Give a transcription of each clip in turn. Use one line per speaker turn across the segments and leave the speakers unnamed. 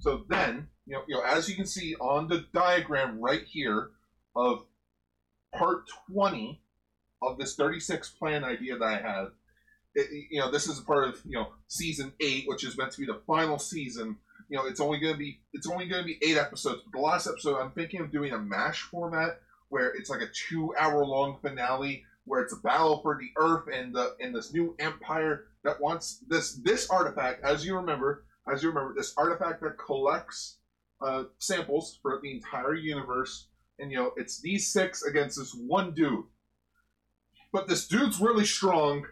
So then, you know, you know, as you can see on the diagram right here of part 20 of this 36 plan idea that I had, it, you know, this is part of, you know, season 8, which is meant to be the final season. You know, it's only going to be it's only going to be 8 episodes, but the last episode I'm thinking of doing a mash format where it's like a 2-hour long finale where it's a battle for the earth and the and this new empire that wants this this artifact as you remember as you remember this artifact that collects uh, samples for the entire universe and you know it's these six against this one dude but this dude's really strong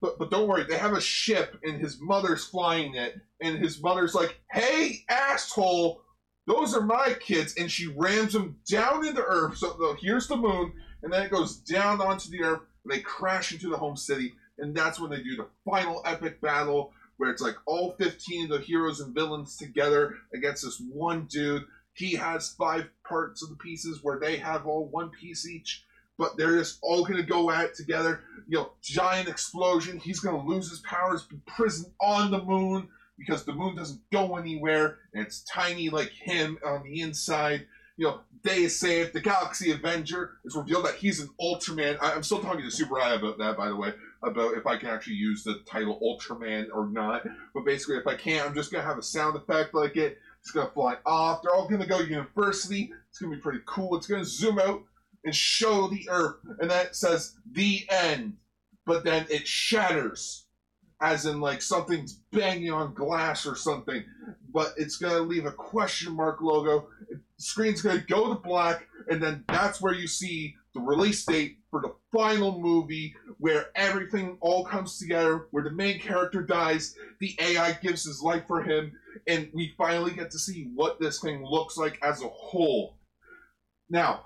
but but don't worry they have a ship and his mother's flying it and his mother's like hey asshole those are my kids and she rams them down into earth so so here's the moon and then it goes down onto the earth and they crash into the home city and that's when they do the final epic battle where it's like all 15 of the heroes and villains together against this one dude he has five parts of the pieces where they have all one piece each but they're just all gonna go at it together you know giant explosion he's gonna lose his powers be prisoned on the moon because the moon doesn't go anywhere and it's tiny like him on the inside you know, Day is saved. The Galaxy Avenger is revealed that he's an Ultraman. I, I'm still talking to Super Eye about that, by the way, about if I can actually use the title Ultraman or not. But basically, if I can't, I'm just gonna have a sound effect like it. It's gonna fly off. They're all gonna go university. It's gonna be pretty cool. It's gonna zoom out and show the Earth, and then it says the end. But then it shatters, as in like something's banging on glass or something. But it's gonna leave a question mark logo screen's going to go to black, and then that's where you see the release date for the final movie, where everything all comes together, where the main character dies, the AI gives his life for him, and we finally get to see what this thing looks like as a whole. Now,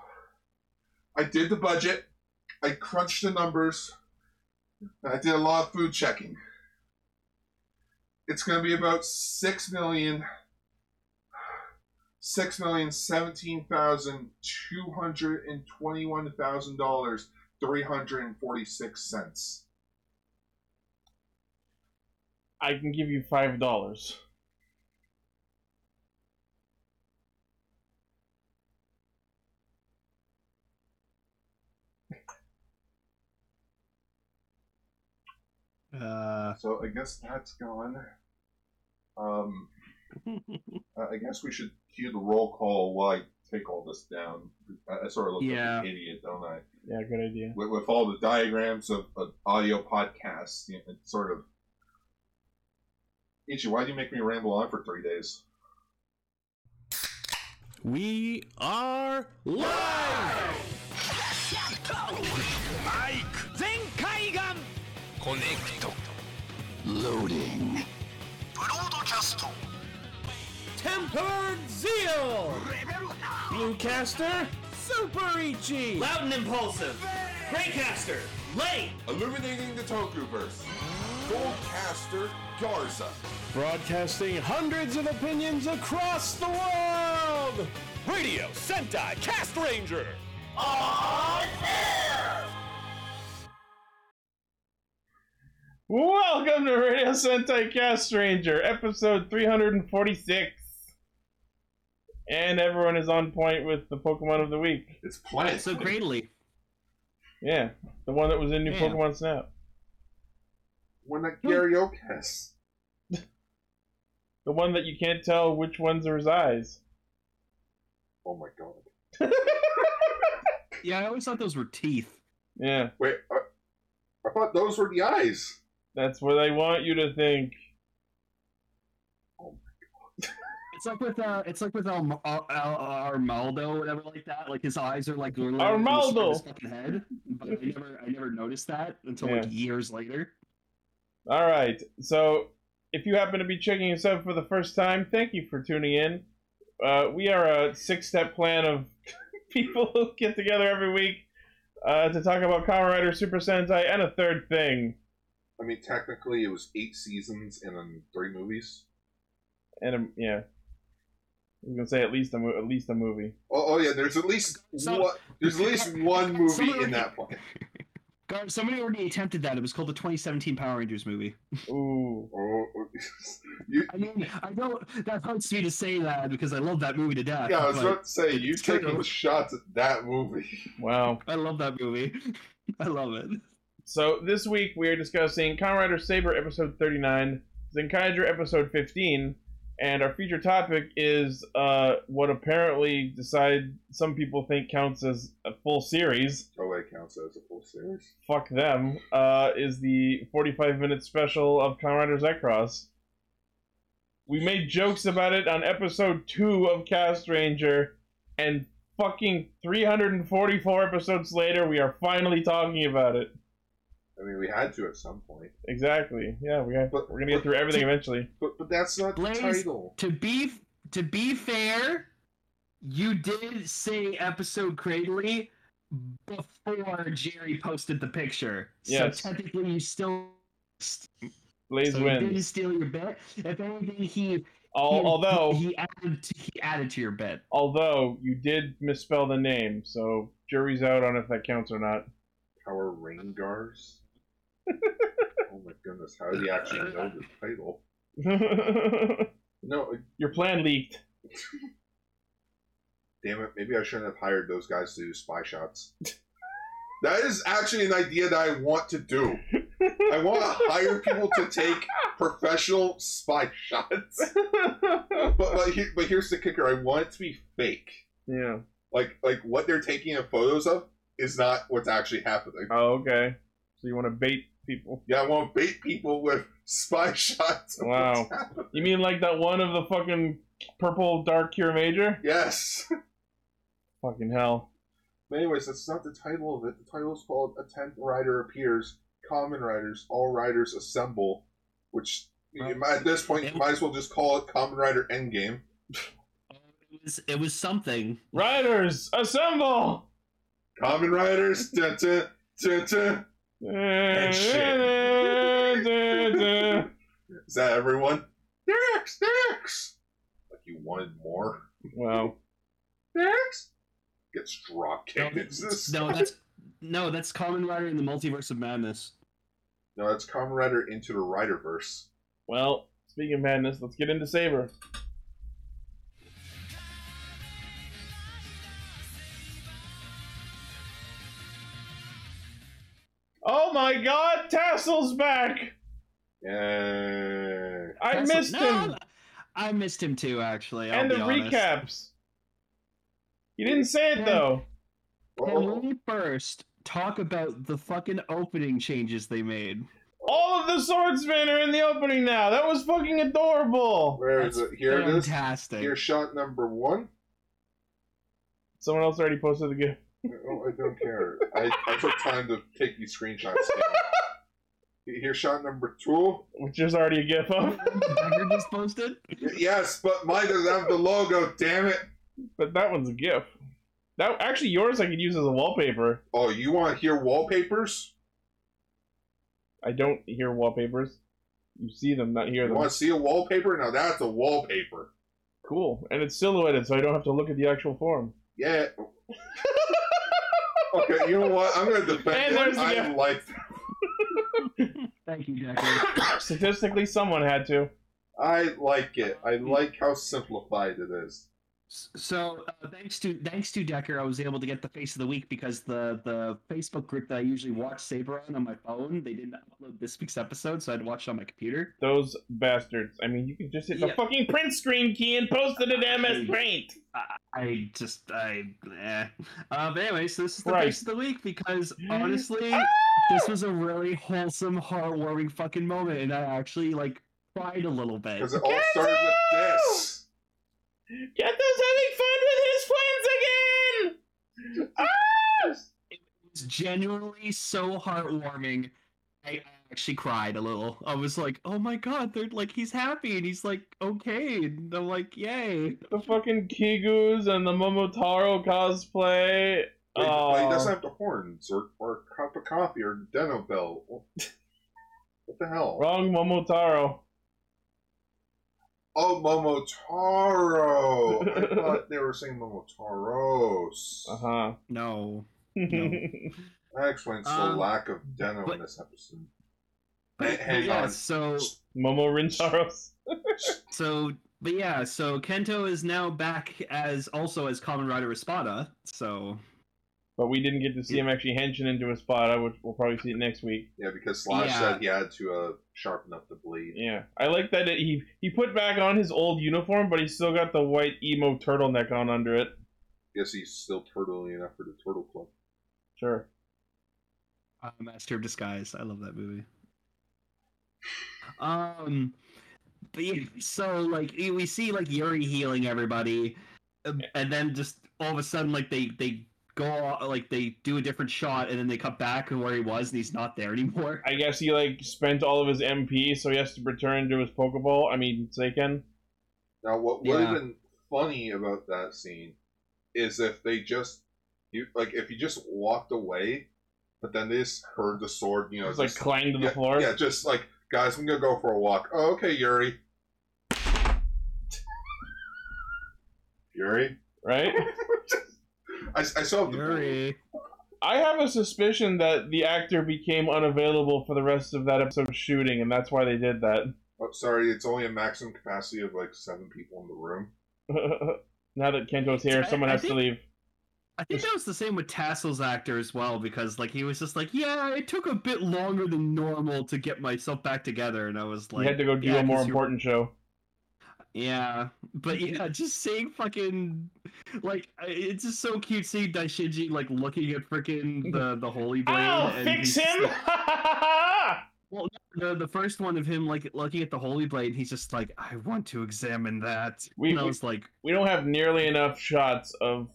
I did the budget, I crunched the numbers, and I did a lot of food checking. It's going to be about six million six million seventeen thousand two hundred and twenty one thousand dollars three hundred and forty six cents.
I can give you five dollars.
Uh,
So I guess that's gone. Um, I I guess we should cue the roll call while I take all this down. I, I sort of look
Yeah.
like an idiot, don't I?
Yeah, good idea.
With, with all the diagrams of, of audio podcasts, you know, it's sort of. Ichi, why do you make me ramble on for three days?
we are live.
全海岸コネクト
Loading.
ブロードキャスト
Tempered zeal.
レベル
Bluecaster. Super Ichi.
Loud and impulsive. Greycaster. Late.
Illuminating the Tokuverse. Goldcaster Garza.
Broadcasting hundreds of opinions across the world.
Radio Sentai Cast Ranger
Welcome to Radio Sentai Cast Ranger, episode 346. And everyone is on point with the Pokemon of the week.
It's plant.
So Cradley.
Yeah, the one that was in New
Yeah.
Pokemon Snap.
When that Gary Okas.
The one that you can't tell which ones are his eyes.
Oh my god.
Yeah, I always thought those were teeth.
Yeah,
Wait, I, I thought those were the eyes.
that's what I want you to think.
It's like with uh, it's like with Al- Al- Al- Armaldo, whatever, like that. Like his eyes are like literally on the side of
Armaldo.
his fucking head. But I never, I never noticed that until like
Yeah.
years later.
All right. So, if you happen to be checking us out for the first time, thank you for tuning in. Uh, we are a six-step plan of people who get together every week uh, to talk about Kamen Rider, Super Sentai, and a third thing,
I mean, technically, it was eight seasons and then three movies.
and um, yeah, I was gonna say at least a mo- at least a movie.
Oh, oh yeah, there's at least
So-
one. There's at least one movie in that plan.
Gar, somebody already attempted that. It was called the 2017 Power Rangers movie.
Ooh.
Oh, you,
I mean, I don't. That hurts me to say that because I love that movie to death.
yeah, I was
but
about to say you
it's true.
taking the shots at that movie.
Wow.
I love that movie. I love it.
So this week we are discussing Kamen Rider Saber episode 39, Zenkaiger episode 15, and our feature topic is uh, what apparently decide some people think counts as a full series.
LA counts as a full series.
Fuck them. Uh, is the 45 minute special of Kamen Rider Zekros. We made jokes about it on episode two of Cast Ranger, and fucking 344 episodes later, we are finally talking about it.
I mean, we had to at some point,
Exactly. Yeah, we have,
But-
we're gonna get through everything eventually.
but but that's not
Blaze-
the title.
To be to be fair, you did say episode cradley before Jerry posted the picture.
Yes.
So technically, you still.
Blaze
so you didn't
wins.
steal your bet. If anything, he
Al-
he-
although,
he added to, he added to your bet.
although you did misspell the name, so jury's out on if that counts or not.
Power Rangers. oh my goodness, how do you actually know the title? No,
Your plan leaked.
damn it, maybe I shouldn't have hired those guys to do spy shots. that is actually an idea that I want to do. I want to hire people to take professional spy shots. But but, he, but here's the kicker: I want it to be fake.
yeah.
Like like what they're taking in photos of is not what's actually happening.
Oh, okay. So you want to bait people?
Yeah, I want to bait people with spy shots. of
Wow.
what's happening.
You mean like that one of the fucking purple dark cure major?
Yes.
Fucking hell.
But anyways, that's not the title of it. The title is called "A Tenth Rider Appears." Common Riders, all riders assemble. Which you
Right.
might- at this point you might as well just call it Common Rider Endgame.
It was, it was something.
Riders, assemble!
Common Riders, dun, dun, dun, dun. is that everyone? They're X, they're X. Like you wanted more.
wow.
They're X. Gets drop kicked.
No,
It's this-
No, that's no, that's Common Rider in the Multiverse of Madness.
no, that's Common Rider into the Riderverse.
Well, speaking of madness, let's get into Saber. Oh my god, Tassel's back!
Yeah.
I
That's-
missed
no,
him!
I missed him too, actually. I'll
and the
be honest.
recaps. He didn't say it
Yeah.
though.
Can we first talk about the fucking opening changes they made?
All of the swordsmen are in the opening now. That was fucking adorable.
Where is it? Here it is.
Fantastic.
Here's shot number one.
Someone else already posted the gift.
Oh, I don't care. I, I took time to take these screenshots. Here's shot number two.
Which is already a gif of.
Dagger just posted.
Yes, but mine doesn't have the logo. Damn it!
But that one's a GIF. That actually yours I could use as a wallpaper.
Oh, you want to hear wallpapers?
I don't hear wallpapers. You see them, not hear
You
them.
want to see a wallpaper? Now that's a wallpaper.
Cool, and it's silhouetted, so I don't have to look at the actual form.
Yeah. Okay, you know what? I'm gonna
And
defend
there's
it.
the
I
guy.
like.
Thank you, Decker.
Statistically, someone had to.
I like it. I like how simplified it is.
So uh, thanks to thanks to Decker, I was able to get the face of the week because the the Facebook group that I usually watch Saber on on my phone they didn't upload this week's episode, so I had to watch it on my computer.
Those bastards. I mean, you could just hit the
Yeah.
fucking print screen key and post it
Ah,
at MS Paint.
I just I eh. uh, but anyway, so this is the
Right.
face of the week because honestly, this was a really wholesome, heartwarming fucking moment, and I actually like cried a little bit.
Because it all started with this.
Get those having fun with his friends again. Ah!
It's genuinely so heartwarming. I actually cried a little. I was like, oh my god, they're like he's happy and he's like okay, and I'm like yay.
The fucking Kigus and the Momotaro cosplay.
Wait,
Oh.
but he
Aw.
doesn't have the horns or, or a cup of coffee or deno bell. What the hell?
Wrong Momotaro.
Oh, Momotaro!
Uh-huh.
I thought they were saying Momotaros.
Uh huh.
No.
That explains the
Um,
lack of Deno
but-
in this episode.
But,
Hang
yeah,
on.
so
Momo Rintaros.
so but yeah, so Kento is now back as also as Common Rider Espada. So
But we didn't get to see him actually henching into a spot. I would, we'll probably see it next week.
Yeah, because Slash
Yeah.
said he had to uh, sharpen up the blade.
Yeah, I like that it, he he put back on his old uniform, but he's still got the white emo turtleneck on under it.
Guess he's still turtly enough for the Turtle Club.
Sure.
Uh, Master of Disguise. I love that movie. Um, but yeah, so like y- we see like Yuri healing everybody, um, and then just all of a sudden like they they go o- like they do a different shot, and then they cut back to where he was, and he's not there anymore.
I guess he like spent all of his MP, so he has to return to his Pokeball. I mean Seiken.
Now, what would have
Yeah.
been funny about that scene is if they just, you like, if he just walked away, but then they just heard the sword, you know,
It's like
just-
clanged to the
yeah,
floor.
yeah, just like, guys, I'm gonna go for a walk. Oh, okay, Yuri. Yuri,
Right.
I, I still have the
Yuri.
I have a suspicion that the actor became unavailable for the rest of that episode of shooting, and that's why they did that.
Oh, sorry, it's only a maximum capacity of like seven people in the room.
now that Kento's here,
I-
someone
I
has to
think-
leave.
I think that was the same with Tassel's actor as well, because like he was just like, yeah, it took a bit longer than normal to get myself back together, and I was
he
like,
had to go do
yeah,
a more
'cause you're-
important show.
Yeah, but yeah, just seeing fucking like I- it's just so cute seeing Daishinji like looking at freaking the the holy brain.
I'll
and
fix
he's-
him.
The, the first one of him like looking at the holy blade, and he's just like, I want to examine that.
We-
and I
we-
was like,
we don't have nearly enough shots of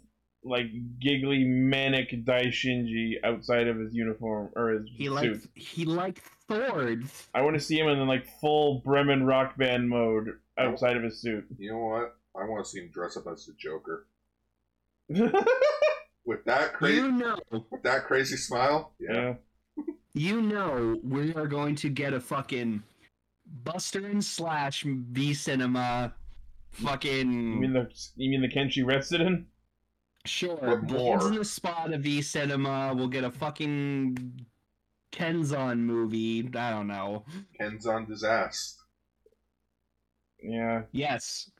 like giggly manic Daishinji outside of his uniform or his
he
suit.
like he like Thord.
I want to see him in like full Bremen rock band mode outside of his suit.
You know what? I want to see him dress up as the Joker with that crazy,
You know,
with that crazy smile.
yeah.
you know, we are going to get a fucking Buster and Slash V Cinema. Fucking.
You mean the you mean the Kenshi Retsuden?
Sure.
But
Blades
more.
in the spot of V Cinema. We'll get a fucking Kenzon movie. I don't know.
Ken's on disaster.
Yeah.
Yes,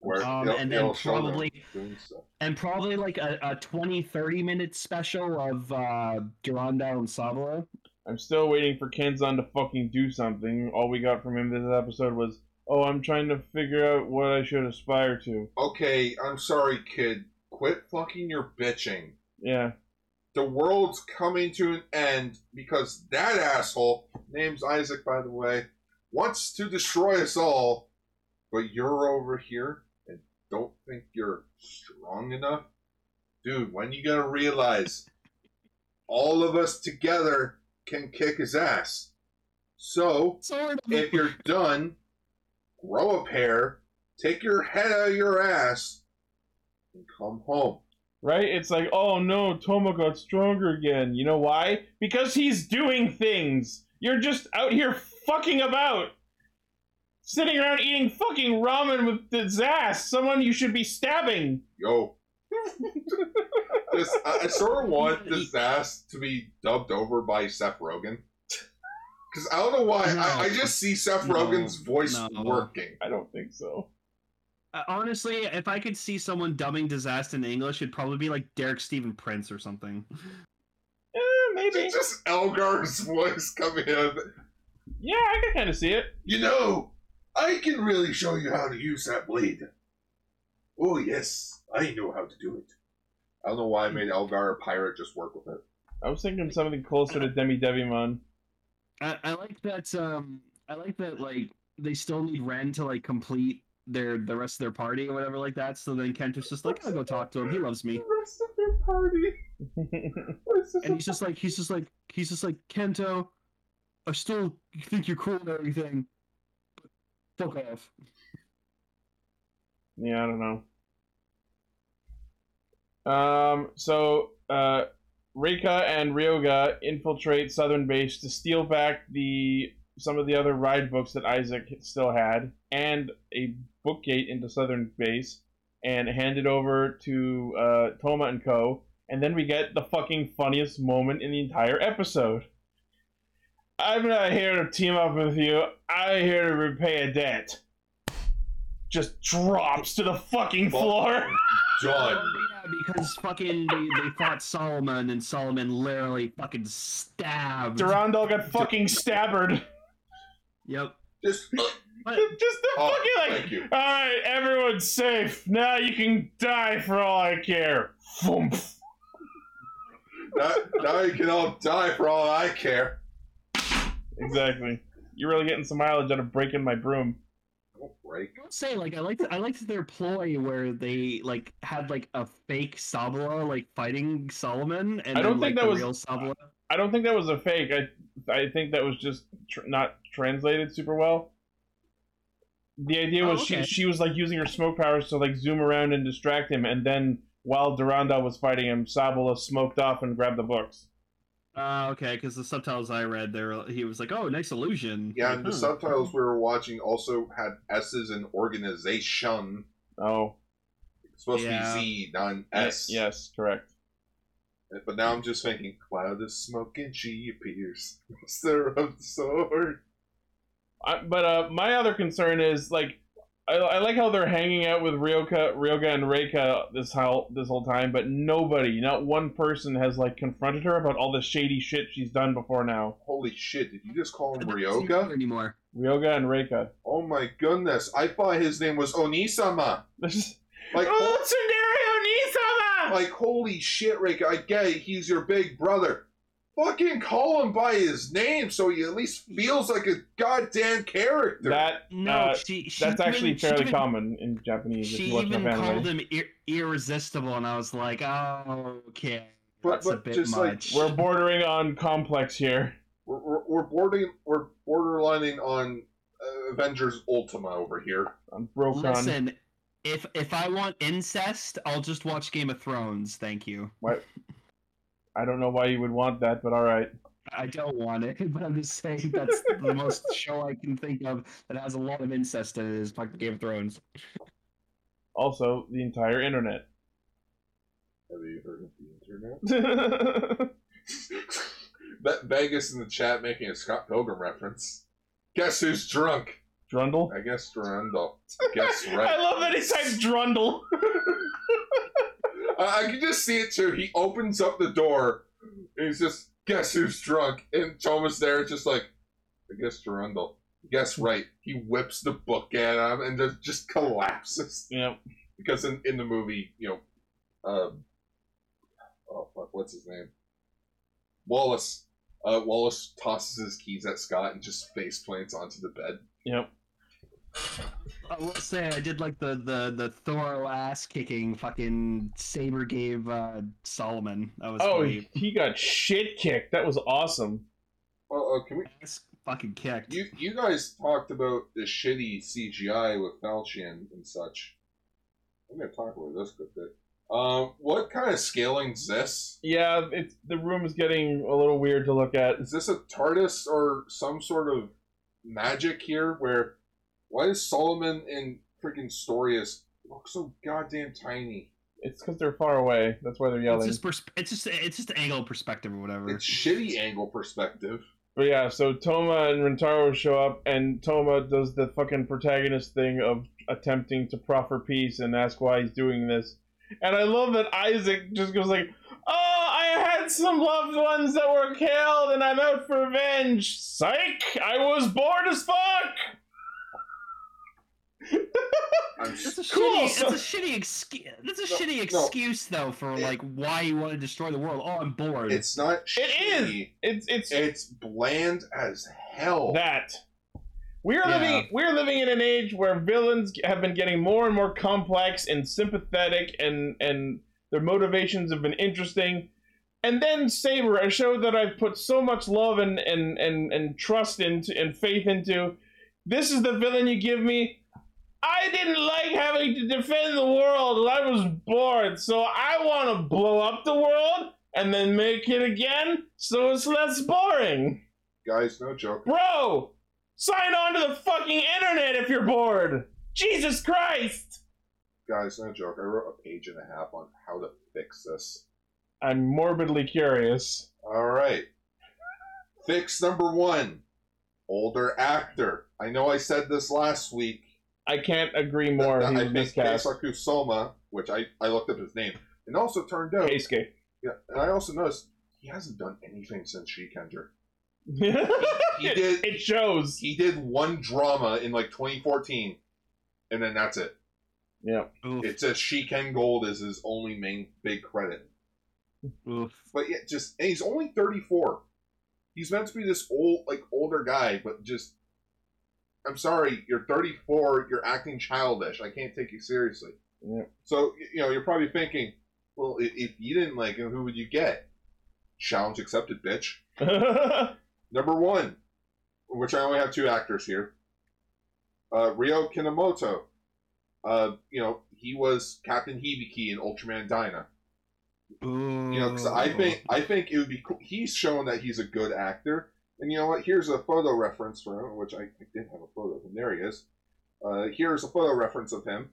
Where
Um,
they'll-
and then
they'll show them
probably-
doing stuff.
and probably like a, a 20, 30 minute special of uh Durandal and Saburo.
I'm still waiting for Kenzan to fucking do something. All we got from him this episode was, "Oh, I'm trying to figure out what I should aspire to."
Okay, I'm sorry, kid. Quit fucking your bitching.
Yeah.
The world's coming to an end because that asshole, name's Isaac, by the way, wants to destroy us all. But you're over here and don't think you're strong enough? Dude, when you gonna realize all of us together can kick his ass? So,
Sort of.
if you're done, grow a pair, take your head out of your ass, and come home.
Right? It's like, oh no, Toma got stronger again. You know why? Because he's doing things. You're just out here fucking about. Sitting around eating fucking ramen with disaster. Someone you should be stabbing.
Yo. this, I, I sort of want this ass to be dubbed over by Seth Rogen. Because I don't know why. I, I
No.
just see Seth
No.
Rogen's voice
No.
working.
I don't think so.
Uh, honestly, if I could see someone dumbing disaster in English, it'd probably be like Derek Steven Prince or something.
Eh, maybe.
It's just Elgar's voice coming in.
Yeah, I can kind of see it.
You know, I can really show you how to use that blade. Oh, yes, I know how to do it. I don't know why I made Elgar a pirate just work with it.
I was thinking something closer to Demi Devimon.
I, I like that. Um, I like that. Like they still need Ren to like complete their the rest of their party or whatever like that. So then Kento's just like, I'll go talk to him. He loves me.
rest of their party.
And he's just like, he's just like, he's just like Kento. I still think you're cool and everything. but Fuck off.
Yeah, I don't know. Um, so uh, Reika and Ryoga infiltrate Southern Base to steal back the some of the other ride books that Isaac still had, and a book gate into Southern Base, and hand it over to uh, Toma and Co. and then we get the fucking funniest moment in the entire episode. I'm not here to team up with you. I'm here to repay a debt. Just drops to the fucking floor.
John.
Yeah, because fucking they, they fought Solomon and Solomon literally fucking stabbed.
Durandal got fucking stabbered.
Yep.
Just,
But
Just the
Oh,
fucking like.
thank you.
All right, everyone's safe. Now you can die for all I care. Thump.
now, now you can all die for all I care.
Exactly. You're really getting some mileage out of breaking my broom.
Don't break.
I will say like I liked I liked their ploy where they like had like a fake Sabla like fighting Solomon and
I don't
then,
think
like,
that
the
was-
real Sabla.
I don't think that was a fake. I I think that was just tr- not translated super well. The idea
Oh,
was
okay.
she she was like using her smoke powers to like zoom around and distract him, and then while Durandal was fighting him, Sabala smoked off and grabbed the books.
Uh, okay, because the subtitles I read there he was like, oh, nice illusion.
Yeah, and the
Hmm.
subtitles we were watching also had S's in organization.
Oh,
It's supposed
Yeah.
to be Z, not an S.
yes, correct.
But now I'm just thinking, cloud of smoke and she appears. Master of the sword.
I, but uh, my other concern is like, I, I like how they're hanging out with Ryoka, Ryoga, and Reika this whole this whole time, but nobody, not one person, has like confronted her about all the shady shit she's done before now.
Holy shit, did you just call him
But that doesn't matter
Ryoga?
anymore.
Ryoga and Reika.
Oh my goodness, I thought his name was Onisama.
This is
Like,
oh,
hol-
Tsundere Onisama!
like holy shit, Rick, I get it, he's your big brother. Fucking call him by his name so he at least feels like a goddamn character.
that
No,
uh,
she, she
that's
even-
actually
she
fairly
even-
common in Japanese. if
She
you watch
even
enough
called
anime.
him ir- irresistible, and I was like, oh, okay,
But-
that's a
but
bit
just, like,
much.
We're bordering on complex here.
we're, we're, we're bordering, we're borderlining on uh, Avengers Ultima over here.
I'm broke on.
Listen, if if I want incest, I'll just watch Game of Thrones. Thank you.
I don't know why you would want that, but all right.
I don't want it, but I'm just saying that's the most show I can think of that has a lot of incest in it is fucking Game of Thrones.
Also, the entire internet.
Have you heard of the internet? That Vegas in the chat making a Scott Pilgrim reference. Guess who's drunk?
Drundle.
I guess Durandal. Guess
I
right.
love that he types Drundle.
I, I can just see it too. He opens up the door. And he's just guess who's drunk, and Thomas there just like, I guess Durandal. Guess right. He whips the book at him and just just collapses
yeah.
because in, in the movie, you know, um, oh fuck, what's his name? Wallace. Uh, Wallace tosses his keys at Scott and just face plants onto the bed.
Yep.
I will say I did like the the the thorough ass kicking fucking Saber gave uh, Solomon. That was
Oh,
really
he, he got shit kicked. That was awesome.
Well, uh, can we?
ass fucking kicked.
You you guys talked about the shitty CGI with Falchion and such. I'm gonna talk about this a bit. Um, what kind of scaling's this?
Yeah, it's the room is getting a little weird to look at.
Is this a TARDIS or some sort of magic here? Where why does Solomon and freaking Storius look so goddamn tiny?
It's because they're far away. That's why they're
It's
yelling.
just, pers- it's just it's just angle of perspective or whatever.
It's shitty angle perspective.
But yeah, so Toma and Rentaro show up, and Toma does the fucking protagonist thing of attempting to proffer peace and ask why he's doing this. And I love that Isaac just goes like, "Oh, I had some loved ones that were killed, and I'm out for revenge." Psych! I was bored as fuck.
I'm
That's a
Cool,
shitty.
so-
That's a shitty excuse. That's a
No,
shitty
no.
excuse though for like why you want to destroy the world. Oh, I'm bored.
it's not.
It is.
shitty.
It's it's
It's bland as hell.
that. We're
Yeah.
living we're living in an age where villains have been getting more and more complex and sympathetic and and their motivations have been interesting. And then Saber, a show that I've put so much love and and and, and trust into and faith into. This is the villain you give me. I didn't like having to defend the world. I was bored, so I want to blow up the world and then make it again, so it's less boring.
guys, no joke.
Bro, sign on to the fucking internet if you're bored. Jesus Christ.
Guys, no joke. I wrote a page and a half on how to fix this.
I'm morbidly curious.
All right. Fix number one older actor. I know I said this last week.
I can't agree more.
that
He
I
was
think
miscast.
Keisaku Soma, which I, I looked up his name, and also turned out.
Keisuke.
Yeah, and I also noticed he hasn't done anything since Shikender. He
it,
did
it shows.
he did one drama in like 2014, and then that's it.
Yeah.
Oof,
It says Shiken Gold is his only main big credit.
oof.
But yeah, just and he's only 34. He's meant to be this old, like older guy, but just I'm sorry, you're 34. You're acting childish. I can't take you seriously.
Yeah.
So y- you know, you're probably thinking, well, if, if you didn't like him, who would you get? Challenge accepted, bitch. Number one, which I only have two actors here. Uh, Ryo Kinomoto. Uh, you know, he was Captain Hibiki in Ultraman Dyna. You know, 'cause I think I think it would be cool. He's shown that he's a good actor, and you know what? Here's a photo reference for him, which I, I did have a photo of him. There he is. Uh, here's a photo reference of him.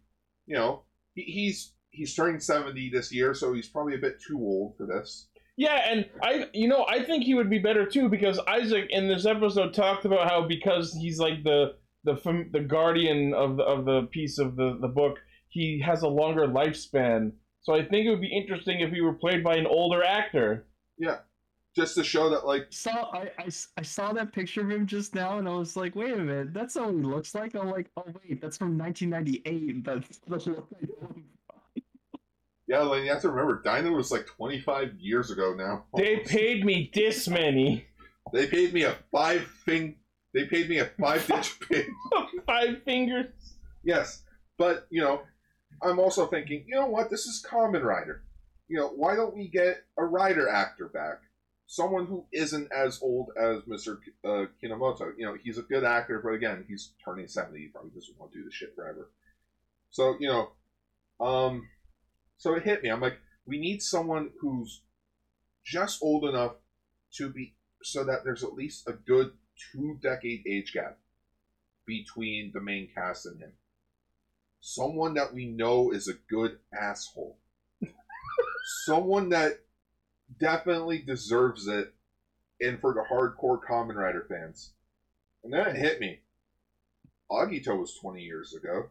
You know, he, he's he's turning seventy this year, so he's probably a bit too old for this.
Yeah, and I, you know, I think he would be better too because Isaac in this episode talked about how because he's like the the fam- the guardian of the, of the piece of the the book, he has a longer lifespan. So I think it would be interesting if he were played by an older actor.
Just to show that, like,
saw I, I s- I saw that picture of him just now, and I was like, wait a minute, that's how he looks like. I'm like, oh wait, that's from 1998. That's that's what I know.
yeah, like, you have to remember, Dino was like twenty five years ago now.
They paid me this many
They paid me a five thing. They paid me a five digit pay.
five fingers.
Yes, but you know, I'm also thinking, you know what? This is Common Rider. You know, why don't we get a Rider actor back? Someone who isn't as old as Mr. K- Uh, Kinomoto. You know, he's a good actor, but again, he's turning 70. He probably doesn't want to do this shit forever. So, you know, um, so it hit me. I'm like, we need someone who's just old enough to be, so that there's at least a good two decade age gap between the main cast and him. Someone that we know is a good asshole. Someone that definitely deserves it, and for the hardcore Common Rider fans. And then it hit me. Agito was 20 years ago.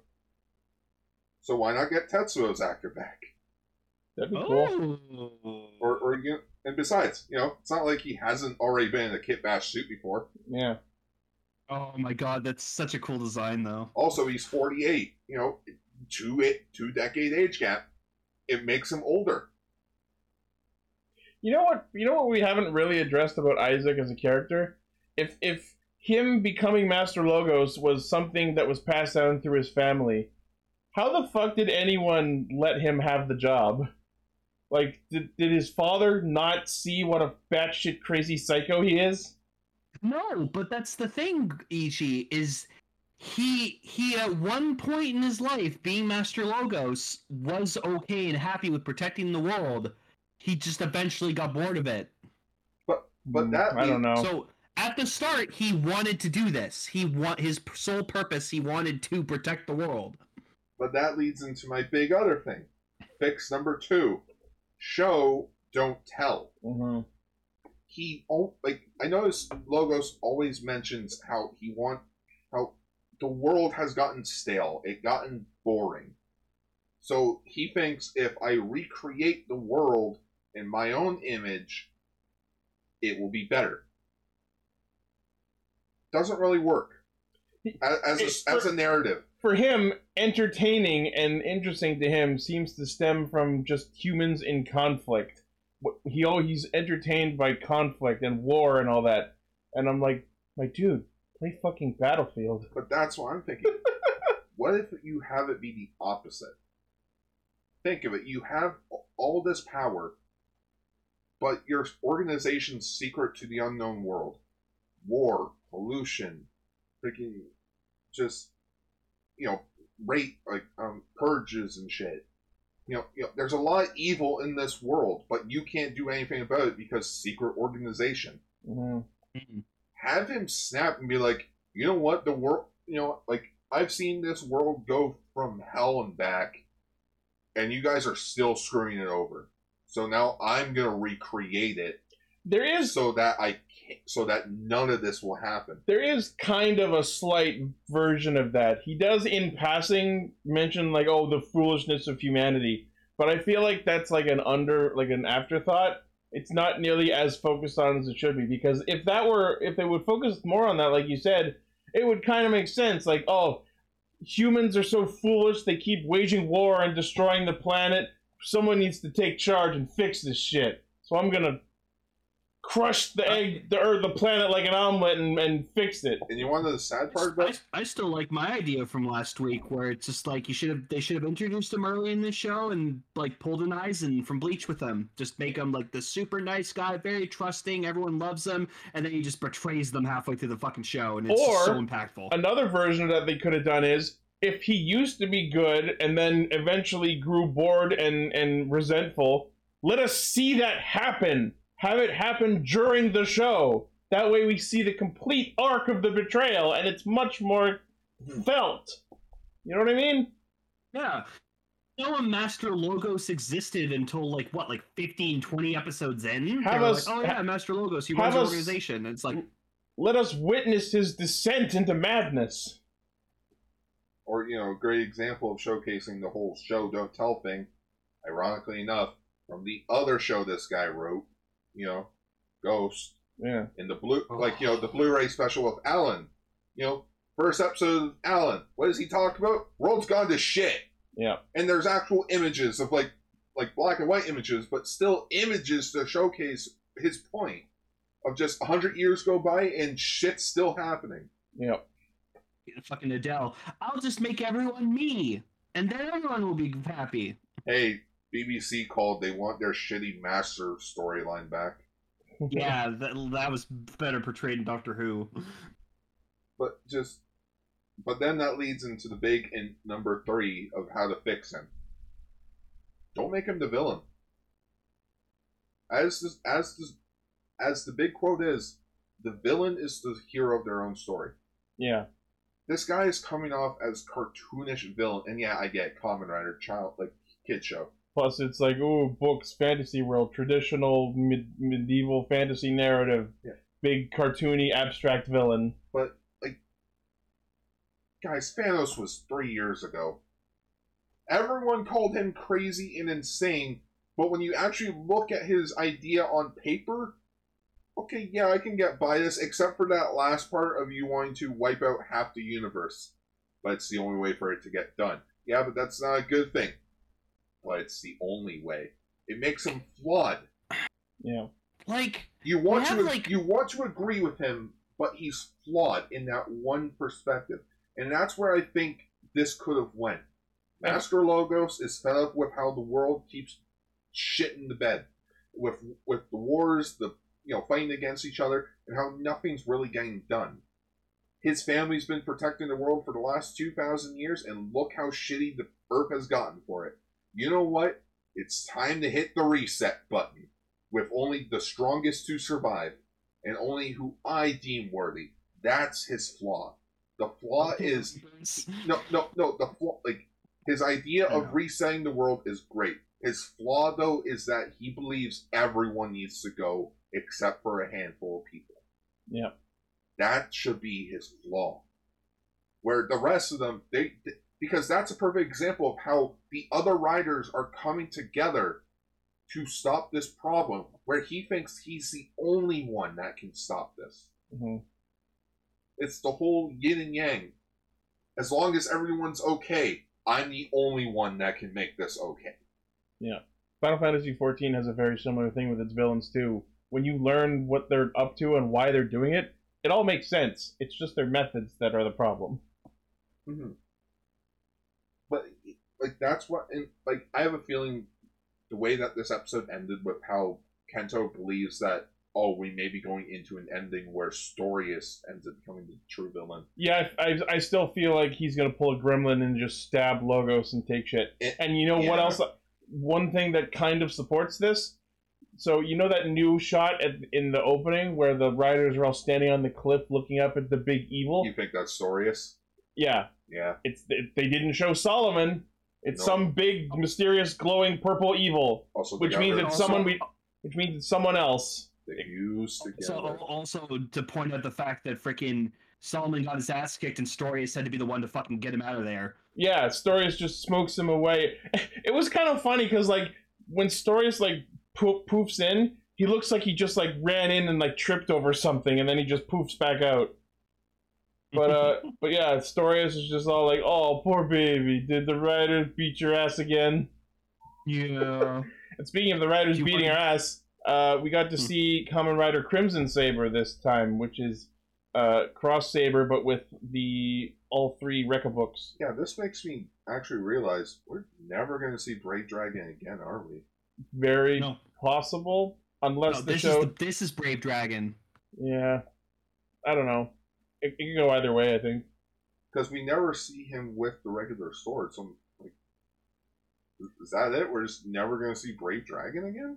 So why not get Tetsuo's actor back?
That'd be cool.
Oh.
Or, or you and besides, you know, it's not like he hasn't already been in a kit bash suit before.
Yeah.
oh my god, that's such a cool design though.
Also, he's 48. You know, two two decade age gap. It makes him older.
You know what? You know what we haven't really addressed about Isaac as a character. If if him becoming Master Logos was something that was passed down through his family, how the fuck did anyone let him have the job? Like, did, did his father not see what a batshit crazy psycho he is?
No, but that's the thing, Ichi, is he he at one point in his life, being Master Logos, was okay and happy with protecting the world. He just eventually got bored of it.
But
Hmm,
that
I don't know.
So at the start, he wanted to do this. He want his p- sole purpose. He wanted to protect the world.
But that leads into my big other thing. Fix number two: show, don't tell.
Mhm.
He al- like I noticed Logos always mentions how he want how the world has gotten stale. It gotten boring. So he thinks if I recreate the world in my own image, it will be better. Doesn't really work as as a, as a narrative.
For him, entertaining and interesting to him seems to stem from just humans in conflict. What- He oh, he's entertained by conflict and war and all that. And I'm like, my dude, play fucking Battlefield.
But that's what I'm thinking. what if you have it be the opposite? Think of it. You have all this power, but your organization's secret to the unknown world. War, pollution, freaking just, you know, rate, like, um, purges and shit. You know, you know, there's a lot of evil in this world, but you can't do anything about it because secret organization
Mhm.
have him snap and be like, you know what, the world, you know, like I've seen this world go from hell and back, and you guys are still screwing it over. So now I'm gonna recreate it
There is
so that I can so that none of this will happen.
there is kind of a slight version of that. He does in passing mention like, oh, the foolishness of humanity. But I feel like that's like an under like an afterthought. It's not nearly as focused on as it should be because if that were if they would focus more on that, like you said, it would kind of make sense. Like, oh, humans are so foolish; they keep waging war and destroying the planet. Someone needs to take charge and fix this shit. So I'm gonna crush the egg, the or the planet like an omelet and, and fix it.
And you want to know the sad part about
I,
it?
I still like my idea from last week where it's just like you should have they should have introduced him early in the show and like pulled an Eisen from Bleach with him. Just make him like the super nice guy, very trusting, everyone loves him, and then he just betrays them halfway through the fucking show and it's
Or-
so impactful.
Another version that they could have done is if he used to be good and then eventually grew bored and and resentful, let us see that happen. Have it happen during the show. That way we see the complete arc of the betrayal and it's much more felt. You know what I mean?
yeah. No one Master Logos existed until like what, like 15, 20 episodes in?
Have
They were
us-
like, oh yeah, Master Logos, he
have
runs an
us-
organization. And it's like
Let us witness his descent into madness.
Or you know, a great example of showcasing the whole show don't tell thing. Ironically enough, from the other show this guy wrote, you know, Ghost.
Yeah.
in the blue like you know the blu-ray special of alan you know first episode of alan what does he talk about world's gone to shit
Yeah.
and there's actual images of like like black and white images but still images to showcase his point of just 100 years go by and shit's still happening
Yeah.
fucking Adele. I'll just make everyone me. And then everyone will be happy.
hey bbc called they want their shitty master storyline back
yeah, that, that was better portrayed in Doctor Who.
but just but then that leads into the big and number three of how to fix him don't make him the villain as this, as this, as the big quote is the villain is the hero of their own story
Yeah.
this guy is coming off as cartoonish villain and yeah i get common rider child like kid show
Plus, it's like, ooh, books, fantasy world, traditional mid- medieval fantasy narrative,
Yeah.
big cartoony abstract villain.
guys thanos was three years ago everyone called him crazy and insane but when you actually look at his idea on paper okay yeah i can get by this except for that last part of you wanting to wipe out half the universe but it's the only way for it to get done yeah but that's not a good thing but it's the only way it makes him flawed
Yeah.
Like,
you want
have,
to
like-
you want to agree with him, but he's flawed in that one perspective, and that's where I think this could have went. Master Logos is fed up with how the world keeps shitting the bed with with the wars, the you know fighting against each other, and how nothing's really getting done. His family's been protecting the world for the last two thousand years, and look how shitty the Earth has gotten for it. You know what? It's time to hit the reset button with only the strongest to survive and only who I deem worthy. That's his flaw. The flaw is no, no, no. The flaw, like his idea
I
of
know.
resetting the world is great. His flaw, though, is that he believes everyone needs to go except for a handful of people.
Yep.
that should be his flaw. Where the rest of them, they, they because that's a perfect example of how the other riders are coming together to stop this problem. Where he thinks he's the only one that can stop this.
hmm
It's the whole yin and yang. As long as everyone's okay, I'm the only one that can make this okay.
Final Fantasy XIV has a very similar thing with its villains too. When you learn what they're up to and why they're doing it, it all makes sense. It's just their methods that are the problem. Mm-hmm.
But like that's what, and like I have a feeling the way that this episode ended with how Kento believes that oh we may be going into an ending where Storius ends up becoming the true villain.
Yeah, I, I, I still feel like he's gonna pull a gremlin and just stab Logos and take shit.
It-
and you know what
yeah.
else? One thing that kind of supports this. So you know that new shot at, in the opening where the riders are all standing on the cliff looking up at the big evil.
You think that's Storius?
Yeah,
Yeah,
it's they didn't show Solomon. It's
No.
some big mysterious glowing purple evil,
Also, they
which
got
means
rid of-
it's someone we, which means it's someone else.
they used together.
So al- also to point out the fact that freaking Solomon got his ass kicked, and Story is said to be the one to fucking get him out of there.
yeah, Storius just smokes him away. It was kind of funny because like when Storius like poof, poofs in, he looks like he just like ran in and like tripped over something, and then he just poofs back out. But uh, but yeah, Storius is just all like, "Oh, poor baby, did the writers beat your ass again?"
Yeah.
And speaking of the writers
You
beating
wouldn't-
our ass, uh, we got to
Hmm.
see Kamen Rider Crimson Saber this time, which is uh, Cross Saber, but with the all three Rekka books.
yeah, this makes me actually realize we're never going to see Bright Dragon again, are we?
Very
no,
possible,
no,
unless the
this
show.
is the, this is Brave Dragon.
Yeah, I don't know. It, it can go either way. I think.
Because we never see him with the regular sword. So, I'm like, is- is that it? We're just never going to see Brave Dragon again?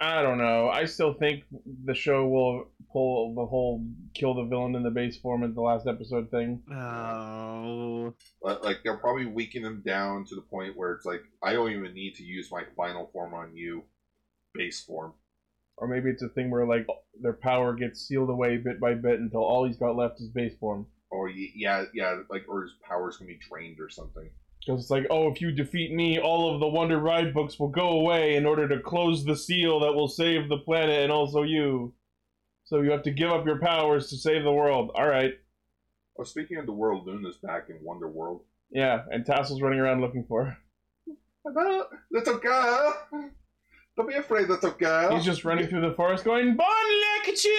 I don't know. I still think the show will pull the whole kill the villain in the base form at the last episode thing.
Oh.
Like, like, they'll probably weaken him down to the point where it's like, I don't even need to use my final form on you, base form.
Or maybe it's a thing where like their power gets sealed away bit by bit until all he's got left is base form.
Or y- yeah, yeah, like or his powers can be drained or something.
Because it's like, oh, if you defeat me, all of the Wonder Ride books will go away in order to close the seal that will save the planet and also you. So you have to give up your powers to save the world. All right.
Oh, speaking of the world, Luna's back in Wonder World.
Yeah, and Tassel's running around looking for her.
Hello, little girl. Don't be afraid, little girl.
He's just running through the forest going, Bon lecture!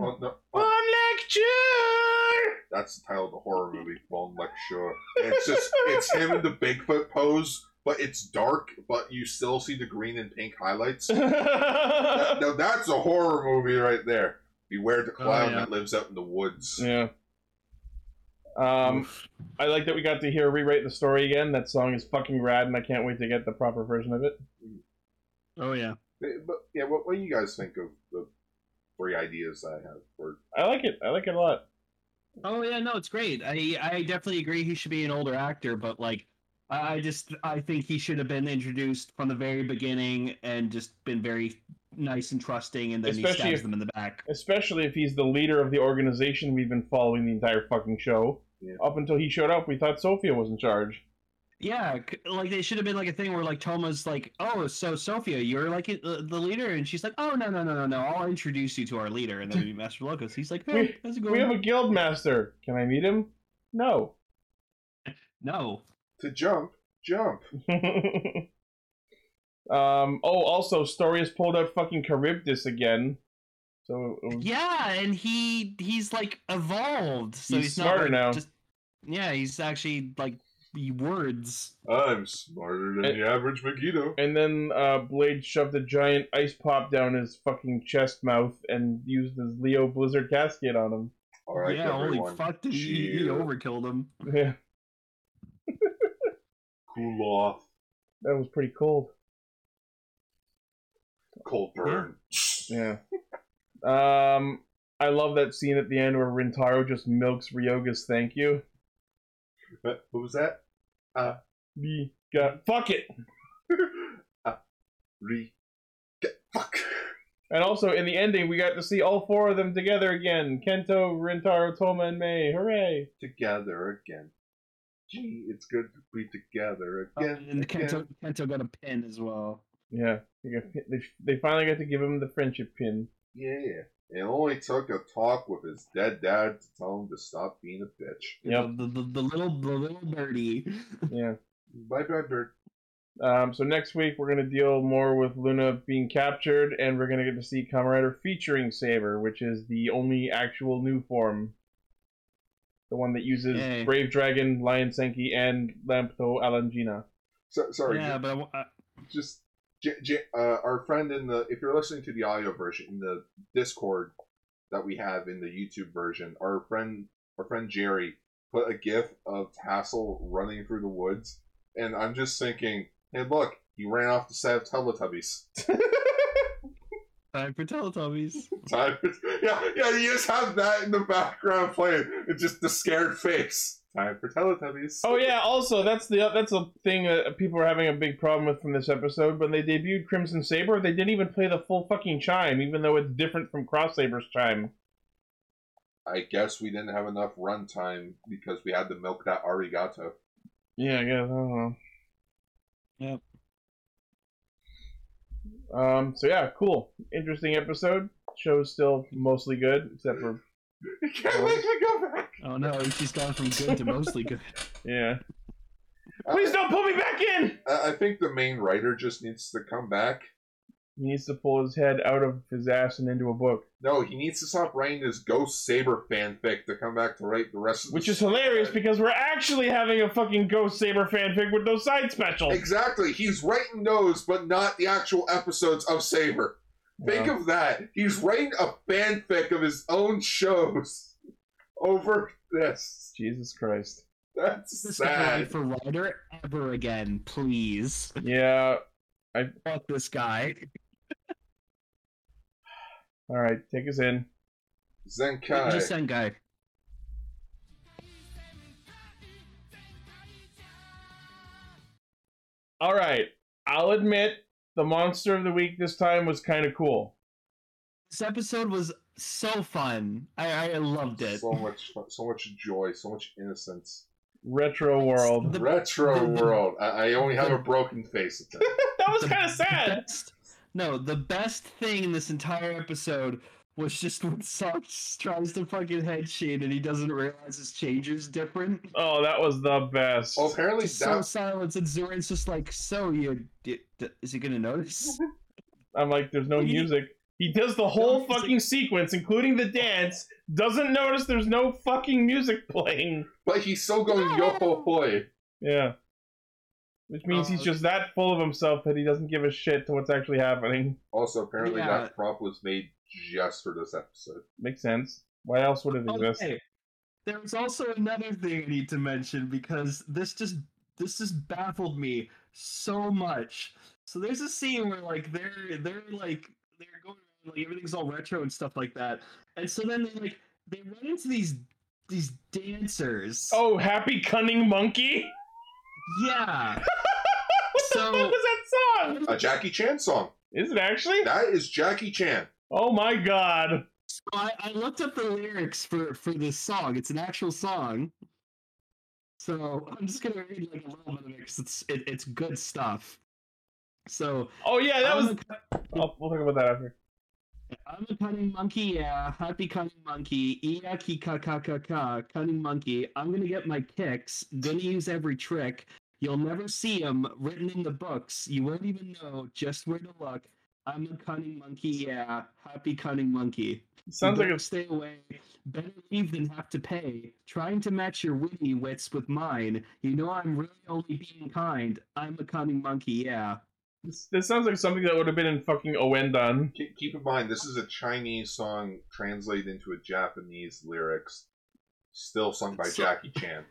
Oh, no.
Bon
oh,
lecture!
that's the title of the horror movie, Bone Lecture. It's just it's him in the Bigfoot pose, but it's dark, but you still see the green and pink highlights. That- now that's a horror movie right there. Beware the clown
Oh, yeah.
that lives out in the woods.
yeah. Um, I like that we got to hear Rewrite the Story again. That song is fucking rad, and I can't wait to get the proper version of it.
Oh yeah.
But, but, yeah, what, what do you guys think of the three ideas I have for
I like it. I like it a lot.
Oh yeah, no, it's great. I I definitely agree he should be an older actor, but like I I just I think he should have been introduced from the very beginning and just been very nice and trusting and then he
Especially
stabs
if-
them in the back.
Especially if he's the leader of the organization we've been following the entire fucking show.
Yeah.
Up until he showed up, we thought Sophia was in charge.
Yeah, c- like it should have been like a thing where like Toma's like, "Oh, so Sophia, you're like the, the leader," and she's like, "Oh no no no no no, I'll introduce you to our leader," and then we meet Master Locos. He's like,
We-
"Hey, how's it
We have
going?"
a guild master. Can I meet him? No.
No,
to jump? Jump.
um. Oh, also, Storius pulled out fucking Charybdis again. So um, it was,
yeah, and he he's like evolved, so
He's
he's,
smarter
not like,
now.
Just yeah, he's actually like he words.
I'm smarter
Eh.
than
It-
the average Megiddo.
and then uh, Blade shoved a giant ice pop down his fucking chest mouth and used his Leo Blizzard casket on him.
All right,
yeah,
everyone.
holy fuck, did he, he
Chill.
overkilled him?
Yeah,
Cool off.
that was pretty cold.
Cold burn.
Yeah. Um, I love that scene at the end where Rintaro just milks Ryoga's thank you.
What, what was that?
We got fuck it.
Re. Get, fuck.
And also in the ending, we got to see all four of them together again: Kento, Rintaro, Toma, and Mei. Hooray!
Together again. Gee, it's good to be together
Uh,
again.
and
again.
Kento, Kento got a pin as well.
Yeah, they, got- they- they finally got to give him the friendship pin.
Yeah. It only took a talk with his dead dad to tell him to stop being a bitch.
Yep.
The, the, the little the little birdie.
Yeah.
Bye bye, bird.
Um, so next week we're gonna deal more with Luna being captured, and we're gonna get to see Kamen Rider featuring Saber, which is the only actual new form, the one that uses
Yay.
Brave Dragon, Lion Senki, and Lampto Alangina.
So, sorry,
yeah, but I wa- I,
just J- J- uh, our friend in the if you're listening to the audio version in the discord that we have in the youtube version our friend our friend jerry put a gif of tassel running through the woods and i'm just thinking hey look he ran off the set of teletubbies
time for Teletubbies.
Time- yeah yeah you just have that in the background playing it's just the scared face Time for Teletubbies.
Oh yeah. Also, that's the that's a thing that people are having a big problem with from this episode. When they debuted Crimson Saber, they didn't even play the full fucking chime, even though it's different from Cross Saber's chime.
I guess we didn't have enough runtime because we had to milk that arigato.
Yeah, I guess. I don't know.
Yep.
Um. So yeah, cool. Interesting episode. Show's still mostly good, except for
Can't make me go back.
Oh no, she's gone from good to mostly good.
yeah. Please
I,
don't pull me back in.
Uh, I I think the main writer just needs to come back.
He needs to pull his head out of his ass and into a book,
No, he needs to stop writing his Ghost Saber fanfic to come back to write the rest of the
which is hilarious because we're actually having a fucking Ghost Saber fanfic with no side specials.
Exactly. He's writing those, but not the actual episodes of Saber. Think of that. He's writing a fanfic of his own shows over this.
Jesus Christ.
That's
This guy
sad.
for writer ever again, please.
Yeah.
Fuck this guy.
All right. Take us in.
Just
Zenkai.
send guy.
All right. I'll admit the monster of the week this time was kind of cool.
This episode was so fun. I, I loved it.
So much, fun- so much joy, so much innocence.
Retro World.
The-
Retro
the- the-
world. I, I only have a broken face at that.
That was
the
kind of sad.
best- no, the best thing in this entire episode was just when Socks tries to fucking head shade and he doesn't realize his changer's different.
Oh, that was the best.
Well, Oh, apparently
Just so
that,
silence and Zoran's just like, so you d- d- is he gonna notice?
I'm like, there's no
Well, he-
music. He does the whole
music.
fucking sequence, including the dance, doesn't notice there's no fucking music playing.
but he's still going yo ho hoy.
Yeah. Which means he's
Uh,
just that full of himself that he doesn't give a shit to what's actually happening.
Also, apparently
Yeah.
that prop was made just for this episode.
Makes sense. Why else would it exist?
Okay. Oh, There's also another thing I need to mention because this just this just baffled me so much. So there's a scene where like they're they're like they're going around, like everything's all retro and stuff like that. And so then they like they run into these these dancers.
Oh, happy cunning monkey!
yeah.
What
So-
the fuck was that song?
A Jackie Chan song.
Is it actually?
That is Jackie Chan.
Oh my god.
So I, I looked up the lyrics for for this song. It's an actual song. So I'm just gonna read like a little bit of it because it's it, it's good stuff. So
Oh yeah, that
I'm
was.
a-
Oh, we'll talk about that after.
I'm a cunning monkey, yeah. Happy cunning monkey. Ia ki ka ka ka ka. Cunning monkey. I'm gonna get my kicks. Gonna use every trick. You'll never see 'em written in the books. You won't even know just where to look. I'm a cunning monkey, yeah. Happy cunning monkey.
It sounds like
better
a
stay away. Better leave than have to pay. Trying to match your witty wits with mine. You know I'm really only being kind. I'm a cunning monkey, yeah.
This, this sounds like something that would have been in fucking Owendan.
Keep, keep in mind, this is a Chinese song translated into a Japanese lyrics, still sung by
So-
Jackie Chan.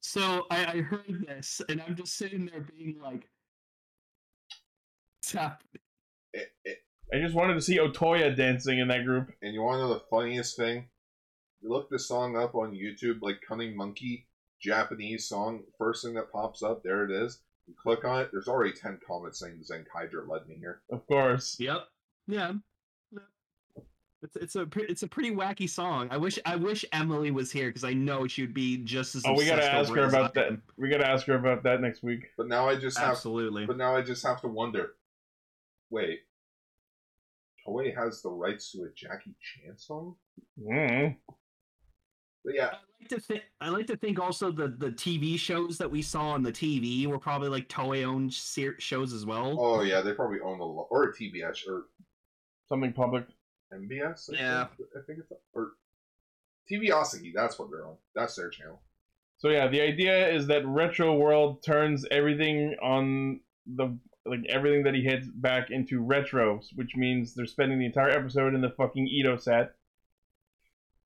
So I, I heard this, and I'm just sitting there being like, "Stop!"
It- it-
I just wanted to see Otoya dancing in that group.
and you want to know the funniest thing? You look this song up on YouTube, like Cunning Monkey, Japanese song. First thing that pops up, there it is. You click on it, there's already 10 comments saying Zenkaiger led me here.
Of course.
Yep. Yeah. yeah. It's, it's a pre- it's a pretty wacky song. I wish I wish Emily was here because I know she would be just as.
Oh, we gotta
obsessed
ask
over
her
it as
about
I
that.
am.
We gotta ask her about that next week.
But now I just have
Absolutely.
But now I just have to wonder. Wait. Toei has the rights to a Jackie Chan song?
Mm.
But yeah,
I like to think I like to think also the the TV shows that we saw on the TV were probably like Toei owned ser- shows as well.
Oh yeah, they probably own a lot, or a TBS or
Something public.
MBS. I
Yeah.
think, I think it's or TVosity. That's what they're on. That's their channel.
So yeah, the idea is that Retro World turns everything on the like everything that he hits back into retros, which means they're spending the entire episode in the fucking Edo set.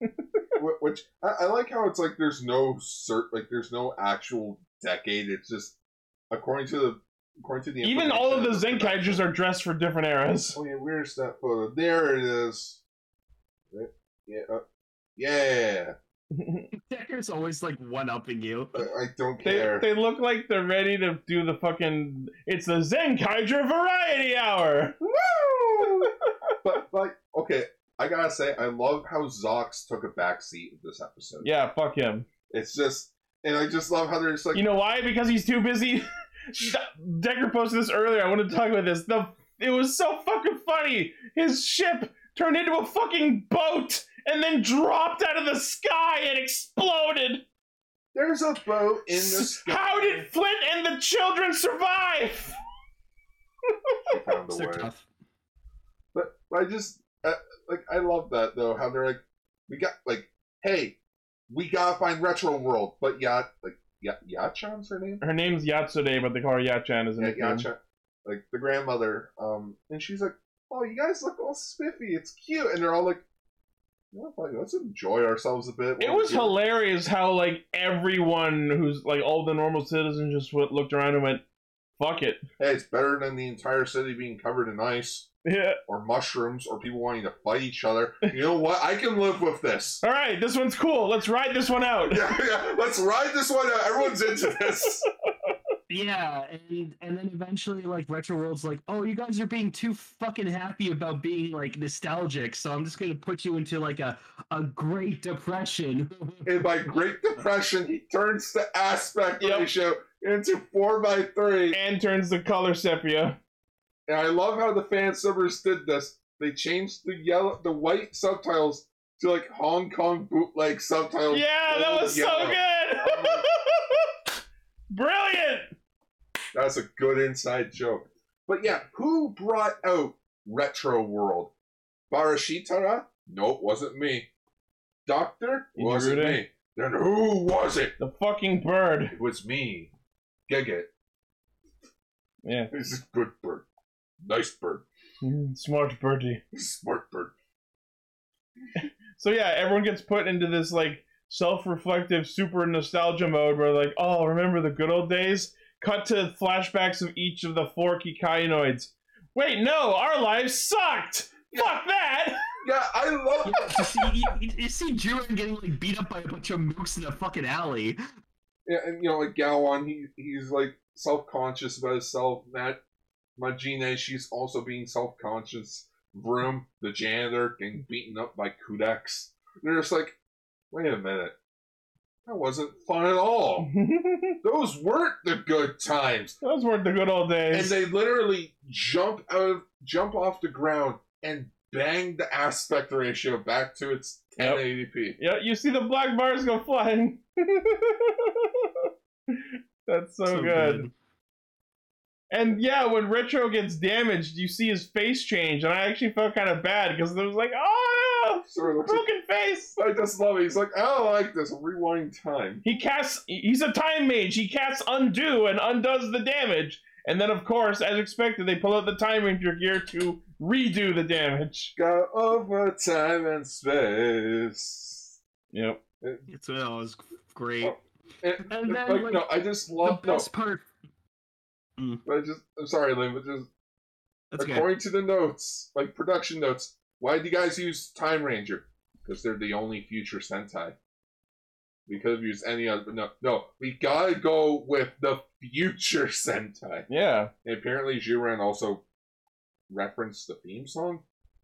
Wh- Which I, I like how it's like there's no cert, like there's no actual decade. It's just according to the according to the
Even all of the
information that
Zenkaijers are dressed for different eras.
Oh yeah, where's that photo? There it is. Right? uh, Yeah. uh, yeah.
Decker's always like one upping you.
I I don't
They,
care.
they look like they're ready to do the fucking. It's the Zen Kaiser Variety Hour. Woo!
but like, okay, I gotta say, I love how Zox took a backseat in this episode.
yeah, fuck him.
It's just, and I just love how they're just like,
You know why? Because he's too busy. Decker posted this earlier. I want to talk about this. The it was so fucking funny. His ship turned into a fucking boat and then dropped out of the sky and exploded.
there's a boat in the sky.
How did Flint and the children survive?
They found a
They're
way.
tough.
But, but I just uh, like I love that though. How they're like, we got like, hey, we gotta find Retro World, but yeah, like yeah, Yachan's her name.
Her name's Yatsude, but they call her Yachan as a
Yeah,
nickname.
Yachan, like the grandmother. Um, and she's like, oh, you guys look all spiffy. It's cute, and they're all like. Well, like, let's enjoy ourselves a bit.
It
while we
was
do
hilarious how like everyone who's like all the normal citizens just went, looked around and went, "Fuck it."
Hey, it's better than the entire city being covered in ice
Yeah.
or mushrooms or people wanting to fight each other. You know what? I can live with this.
All right, this one's cool. Let's ride this one out.
yeah, yeah, let's ride this one out. Everyone's into this.
Yeah, and and then eventually like Retro World's like, oh, you guys are being too fucking happy about being like nostalgic, so I'm just gonna put you into like a a Great Depression.
In my Great Depression, he turns the aspect
Yep.
ratio into 4 by 3
And turns the color sepia.
And I love how the fan subbers did this. They changed the yellow, the white subtitles to like Hong Kong bootleg subtitles.
Yeah,
oh,
that was so
Yellow.
good.
Oh.
Brilliant.
That's a good inside joke. But yeah, who brought out Retro World? Barashitara? No, it wasn't me. Doctor? Wasn't
Inarute?
me. Then who was it?
The fucking bird.
It was me. Giggit.
Yeah.
This is good bird. Nice bird.
Mm, Smart birdie.
Smart bird.
So yeah, everyone gets put into this like self-reflective super nostalgia mode where like, oh, remember the good old days? Cut to flashbacks of each of the four Kikainoids. Wait, no, our lives sucked. Fuck that.
Yeah, I love
you, see, you, you- you see Jiren getting like beat up by a bunch of mooks in a fucking alley.
yeah, and you know, like Galwan, he he's like self conscious about himself. That Majine, she's also being self conscious. Vroom, the janitor, getting beaten up by Kudex. They're just like, wait a minute. That wasn't fun at all. Those weren't the good times.
Those weren't the good old
And
days.
they literally jump out of jump off the ground and bang the aspect ratio back to its
Yep.
1080p.
yeah, you see the black bars go flying. That's so, good. And yeah, when Retro gets damaged, you see his face change, and I actually felt kind of bad because it was like, oh
So it
no,
looks like,
broken face.
I just love it. He's like, I don't like this. Rewind time.
He casts. He's a time mage. He casts undo and undoes the damage. And then, of course, as expected, they pull out the time ranger gear to redo the damage.
Go over time and space.
Yep.
It's oh, it was great.
Oh, And,
And then,
like,
like,
no, I just
The
love no.
best part.
I just, I'm sorry, Lynn, but just
That's okay.
according to the notes, like production notes, why do you guys use Time Ranger? Because they're the only future Sentai. We could have used any other, but no, no, we gotta go with the future Sentai.
Yeah.
And apparently, Jiren also referenced the theme song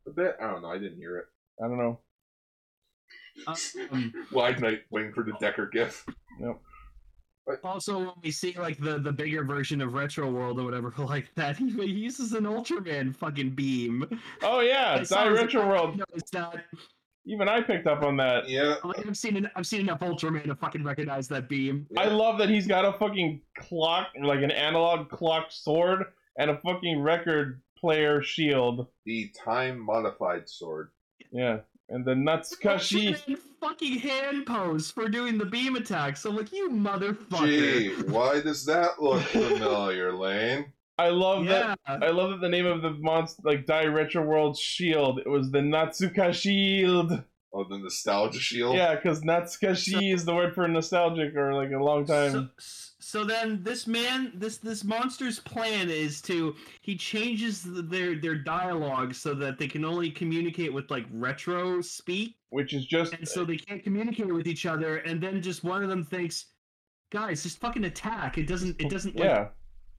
a bit. I don't know, I didn't hear it.
I don't know.
Um,
Wide night, waiting for the Decker gif.
Also, when we see like the the bigger version of Retro World or whatever like that, he he uses an Ultraman fucking beam.
Oh yeah,
I saw
Die
his-
Retro World.
No, it's not.
Even I picked up on that.
Yeah.
Like, I've seen en- I've seen enough Ultraman to fucking recognize that beam.
I love that he's got a fucking clock, like an analog clock sword, and a fucking record player shield.
The time modified sword.
Yeah, and the Natsukashi.
Ultraman fucking hand pose for doing the beam attack. So like you motherfucker.
Gee, why does that look familiar, Lane?
I love
Yeah.
that. I love that the name of the monster, like Die Retro World Shield, it was the Natsuka Shield.
Oh, the nostalgia shield.
Yeah, because Natsukashi is the word for nostalgic or like a long time.
So, So then this man, this this monster's plan is to he changes the, their their dialogue so that they can only communicate with like retro speak,
which is just
and so they can't communicate with each other. And then just one of them thinks, "Guys, just fucking attack! It doesn't it doesn't like,
yeah.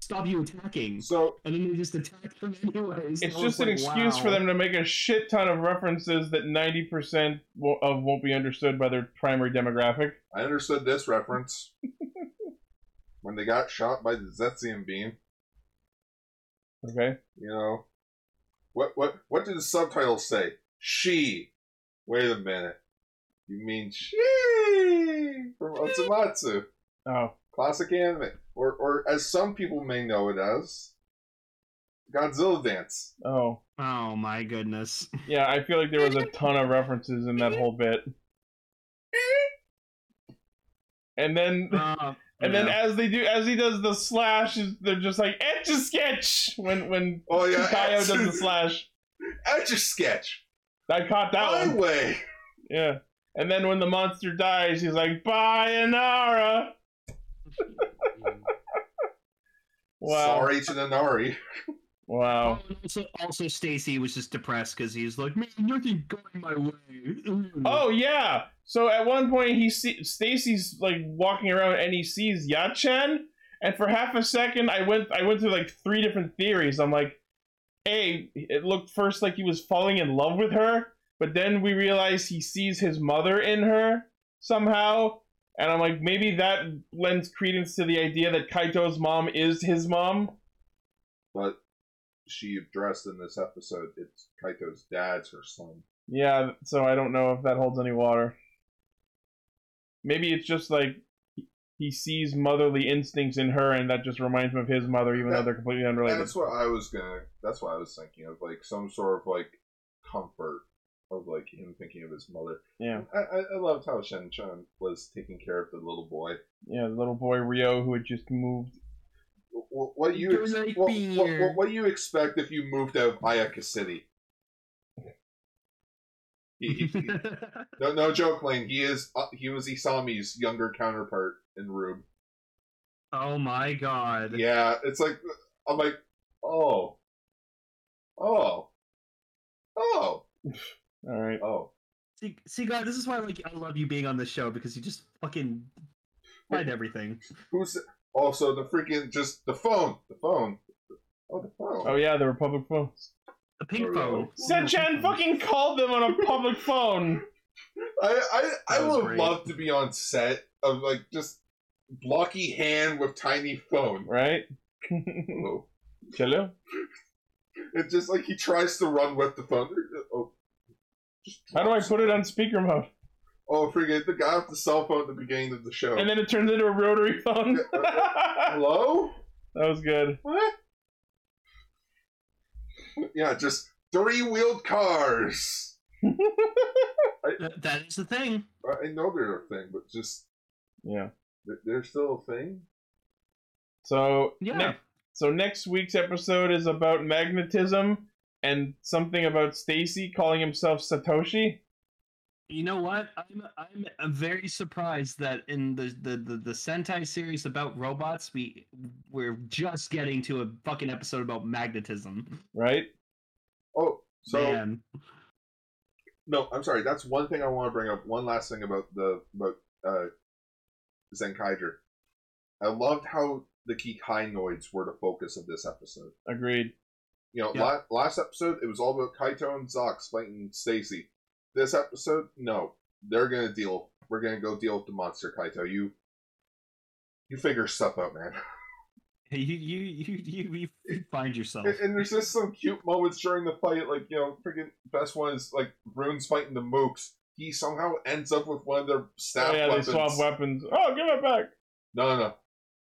stop you attacking."
So
And then they just attack them anyways.
It's
I was
just an
like,
excuse for
wow.
them to make a shit ton of references that ninety percent of won't be understood by their primary demographic.
I understood this reference when they got shot by the Zetzium beam.
Okay.
You know, what what what did the subtitles say? She. Wait a minute. You mean she from Otsumatsu,
Oh,
classic anime, or or as some people may know it as Godzilla Dance.
oh,
Oh my goodness.
yeah. I feel like there was a ton of references in that whole bit. And then,
Uh,
and then as they do, as he does the slash, they're just like etch a sketch when when
Oh yeah,
Kaio does the slash.
Etch a sketch.
I caught that
My
one.
way.
Yeah. And then when the monster dies, he's like, "Bye, Inara." wow.
Sorry to Nanari.
Wow.
Also, also Stacy was just depressed because he's like, man, nothing going my way.
Oh yeah. So at one point he see Stacy's like walking around and he sees Yachan, and for half a second I went I went through like three different theories. I'm like, A, it looked first like he was falling in love with her, but then we realize he sees his mother in her somehow. And I'm like, maybe that lends credence to the idea that Kaito's mom is his mom.
But she addressed in this episode it's Kaito's dad's her son.
Yeah, so I don't know if that holds any water. Maybe it's just like he sees motherly instincts in her, and that just reminds him of his mother, even though
That-
they're completely unrelated.
That's what I was gonna. That's what I was thinking of, like some sort of like comfort of like him thinking of his mother.
Yeah,
I, I, I loved how Shen Chun was taking care of the little boy.
yeah, the little boy Rio who had just moved.
Wh- wh- What do you ex-
Don't like
what,
being
what,
here.
what, what do you expect if you moved out of Ayaka City? He, he, he- no, no joke, Lane. He is uh, he was Isami's younger counterpart in Room.
oh my god.
Yeah, it's like I'm like, oh, oh, oh,
All right,
oh.
See, see, God, this is why like I love you being on this show because you just fucking find everything.
Who's also the freaking just the phone, the phone. Oh, the phone.
oh yeah, the Republic phones.
The pink
Oh,
phone.
Senchan fucking called them on a public phone.
I I, I
That was
would
great.
love to be on set of like just blocky hand with tiny phone.
Right,
Hello.
Hello.
It's just like he tries to run with the phone. Oh, just
How do I put it on speaker mode?
Oh, freaking the guy with the cell phone at the beginning of the show.
And then it turns into a rotary phone. that
Hello.
was good.
What? yeah, just three wheeled cars.
Th- that is the thing.
I- I know they're a thing, but just
Yeah.
they're- they're still a thing.
So
Yeah.
ne- so next week's episode is about magnetism and something about Stacy calling himself Satoshi.
You know what? I'm I'm uh, very surprised that in the the the, the Sentai series about robots, we we're just getting to a fucking episode about magnetism.
Right?
Oh, so
Man.
no, I'm sorry. That's one thing I want to bring up. One last thing about the about uh, Zenkaiger. I loved how the Kikainoids were the focus of this episode.
Agreed.
You know,
Yeah.
la- last episode it was all about Kaito and Zox fighting Stacy. This episode, no, they're gonna deal. We're gonna go deal with the monster, Kaito. You, you figure stuff out, man.
You you you you, you- you find yourself.
And, and there's just some cute moments during the fight, like you know, freaking best one is like Rune's fighting the Mooks. He somehow ends up with one of their staff
oh yeah,
weapons.
they swap weapons. Oh, give it back.
No, no, no.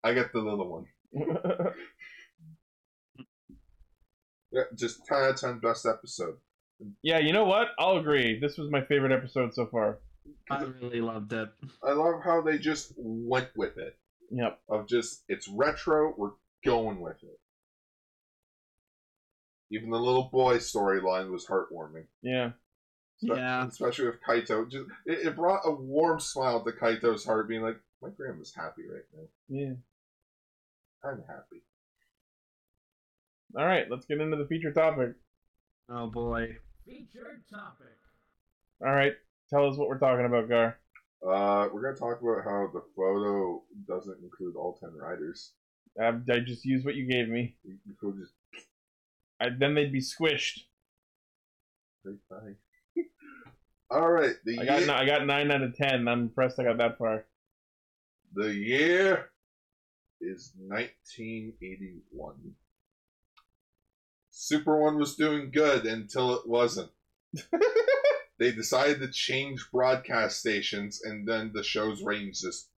I get the little one. Yeah, just ten out of ten best episode.
yeah, you know what? I'll agree. This was my favorite episode so far.
I really loved it.
I love how they just went with it.
Yep.
Of just it's retro, we're going with it. Even the little boy storyline was heartwarming.
Yeah.
Spe-
Yeah.
Especially with Kaito. Just it, it brought a warm smile to Kaito's heart, being like, My grandma's happy right now.
Yeah.
I'm happy.
All right, let's get into the feature topic.
Oh boy.
Featured topic.
All right, tell us what we're talking about, Gar.
Uh, we're gonna talk about how the photo doesn't include all ten riders.
I, I just used what you gave me.
You you could just
I, then they'd be squished.
say bye. all right, the
I got
year,
ni- I got nine out of ten. I'm impressed. I got that far.
the year is 1981. Super One was doing good until it wasn't. they decided to change broadcast stations, and then the show's ratings just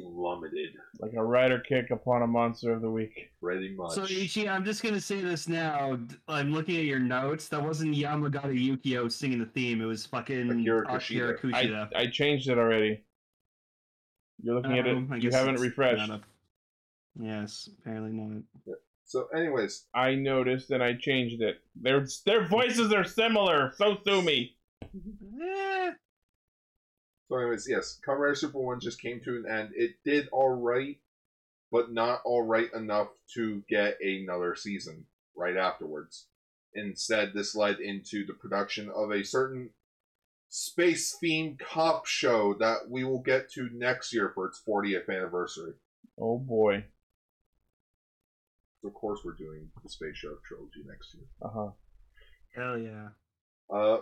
plummeted.
Like a rider kick upon a monster of the week.
Pretty much.
So Ichi, I'm just gonna say this now. D- I'm looking at your notes. That wasn't Yamagata Yukio singing the theme. It was fucking
Akira
Akira
Kushida.
Kushida.
I, I changed it already. You're looking at
Um, I
it. You
guess
haven't
it's
refreshed.
not up. Yes, apparently not.
so anyways,
I noticed and I changed it. Their their voices are similar. So sue me.
Eh,
So, anyways, yes, Kamen Rider Super One just came to an end. It did all right, but not all right enough to get another season right afterwards. Instead, this led into the production of a certain space themed cop show that we will get to next year for its 40th anniversary.
Oh boy.
Of course, we're doing the Space Show trilogy next year.
Uh huh.
Hell yeah.
Uh,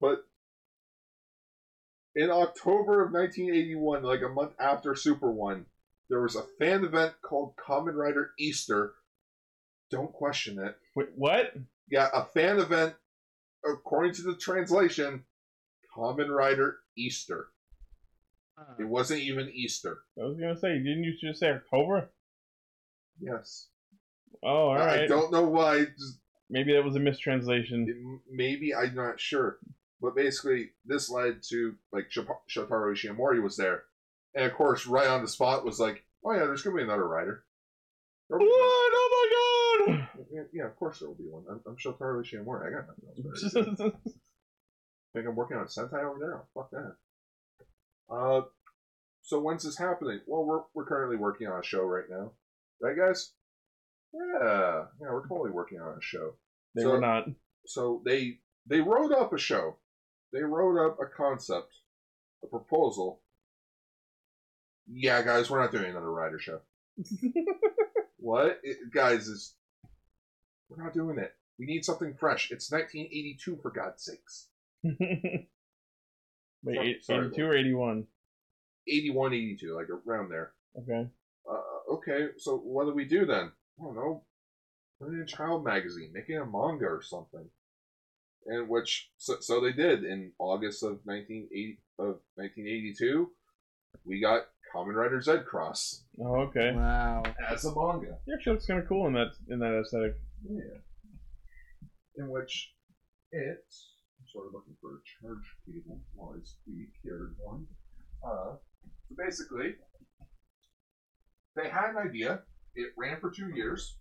but in October of 1981, like a month after Super One, there was a fan event called Common Rider Easter. Don't question it.
Wait, what?
Yeah, a fan event, according to the translation, Common Rider Easter. It
Uh,
wasn't even Easter.
I was gonna say. Didn't you just say October?
Yes.
Oh, all
I- I
right.
Uh, don't know why. Just
Maybe that was a mistranslation.
It- maybe I'm not sure, but basically this led to like Shop- Shotaro Ishimori was there, and of course right on the spot was like, oh yeah, there's gonna be another rider. There
What?
will be
Oh my god!
another- Yeah, of course there will be one. I'm, I'm Shotaro Ishimori. I got nothing else. better to do.
That's
Think I'm working on Sentai over there? Oh, Fuck that. Uh, so when's this happening? Well, we're we're currently working on a show right now, right guys? Yeah, yeah, we're totally working on a show.
They
So-
were not.
so they they wrote up a show they wrote up a concept a proposal yeah guys we're not doing another rider show what It- guys is we're not doing it we need something fresh it's 1982 for god's sakes
Wait,
Sorry-
eight-
sorry,
82 or 81?
81 82 like around there
Okay.
uh, okay so what do we do then i don't know put it in a child magazine make it a manga or something and which so, so they did in August of 1980 of 1982 we got Common Rider Z Cross
Oh, okay.
wow.
as a manga
He actually looks kind of cool in that in that aesthetic.
yeah in which it I'm sort of looking for a charge cable while I speak here one uh so basically they had an idea it ran for two years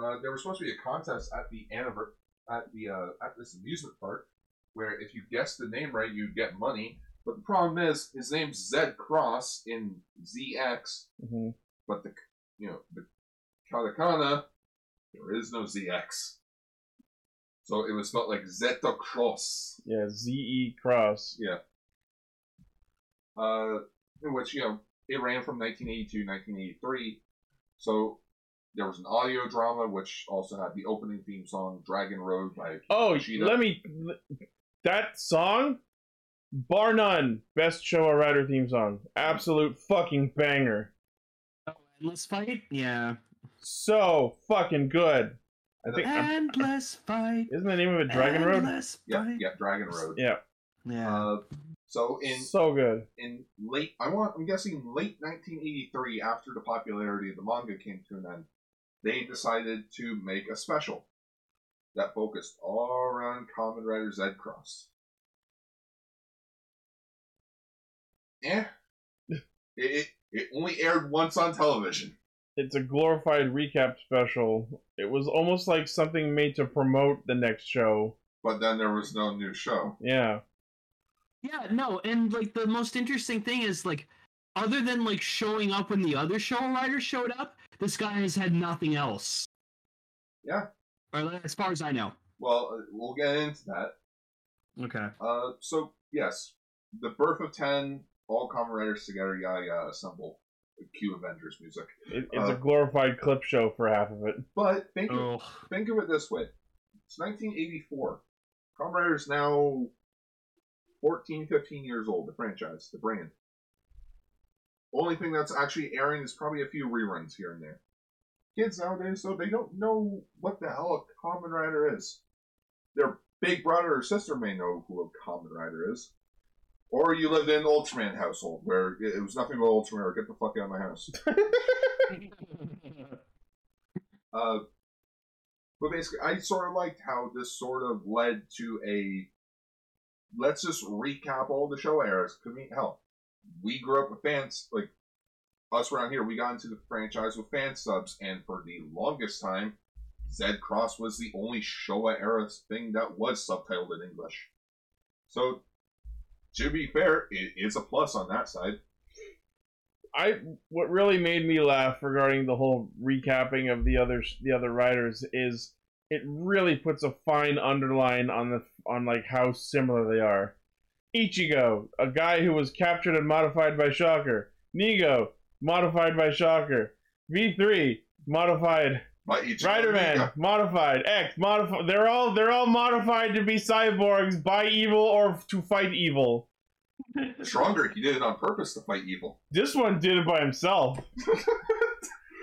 uh, there was supposed to be a contest at the anniver- at the uh, at this amusement park where if you guessed the name right, you'd get money. But the problem is his name's Zed Cross in ZX,
hmm
but the you know the katakana there is no ZX, so it was spelled like Zeta Cross.
Yeah, ZE Cross.
uh, in which you know it ran from 1982 1983 so there was an audio drama which also had the opening theme song dragon road by
Oh,
Kushida.
let me. That song, bar none, best Showa Rider theme song. Absolute fucking banger.
Endless fight? Yeah.
So fucking good. I think. I'm-
Endless fight.
isn't the name of it Dragon Road?
Endless
yeah
fight.
yeah dragon road
Yeah.
Yeah.
uh, so in
So good.
in late i want i'm guessing late 1983 after the popularity of the manga came to an end they decided to make a special that focused all around common rider zed cross eh it, it, it only aired once on television
It's a glorified recap special. It was almost like something made to promote the next show.
but then there was no new show
Yeah.
Yeah, no, and like the most interesting thing is like other than like showing up when the other show writer showed up, this guy has had nothing else.
Yeah.
Or like, as far as I know.
Well, uh, we'll get into that.
Okay.
Uh, so yes, the birth of ten, all common writers together, yada yada, assemble. Cue Avengers music.
It, it's
Uh,
a glorified clip show for half of it.
But think of,
Oh.
think of it this way: it's 1984. Common Rider's now 14, 15 years old. The franchise, the brand. Only thing that's actually airing is probably a few reruns here and there. Kids nowadays, though, they don't know what the hell a Common Rider is. Their big brother or sister may know who a Common Rider is. Or you lived in an Ultraman household where it it was nothing but Ultraman or get the fuck out of my house. Uh, but basically, I sort of liked how this sort of led to a let's just recap all the show eras. I mean, hell, we grew up with fans like us around here. We got into the franchise with fan subs, and for the longest time, Zed Cross was the only Showa era thing that was subtitled in English. So, to be fair, it is a plus on that side.
I what really made me laugh regarding the whole recapping of the other the other writers is it really puts a fine underline on the on like how similar they are. Ichigo, a guy who was captured and modified by Shocker. Nigo, modified by Shocker. V3, modified.
But each
Rider Man, modified. X, modified. They're all they're all modified to be cyborgs by evil or to fight evil.
stronger. He did it on purpose to fight evil.
This one did it by himself.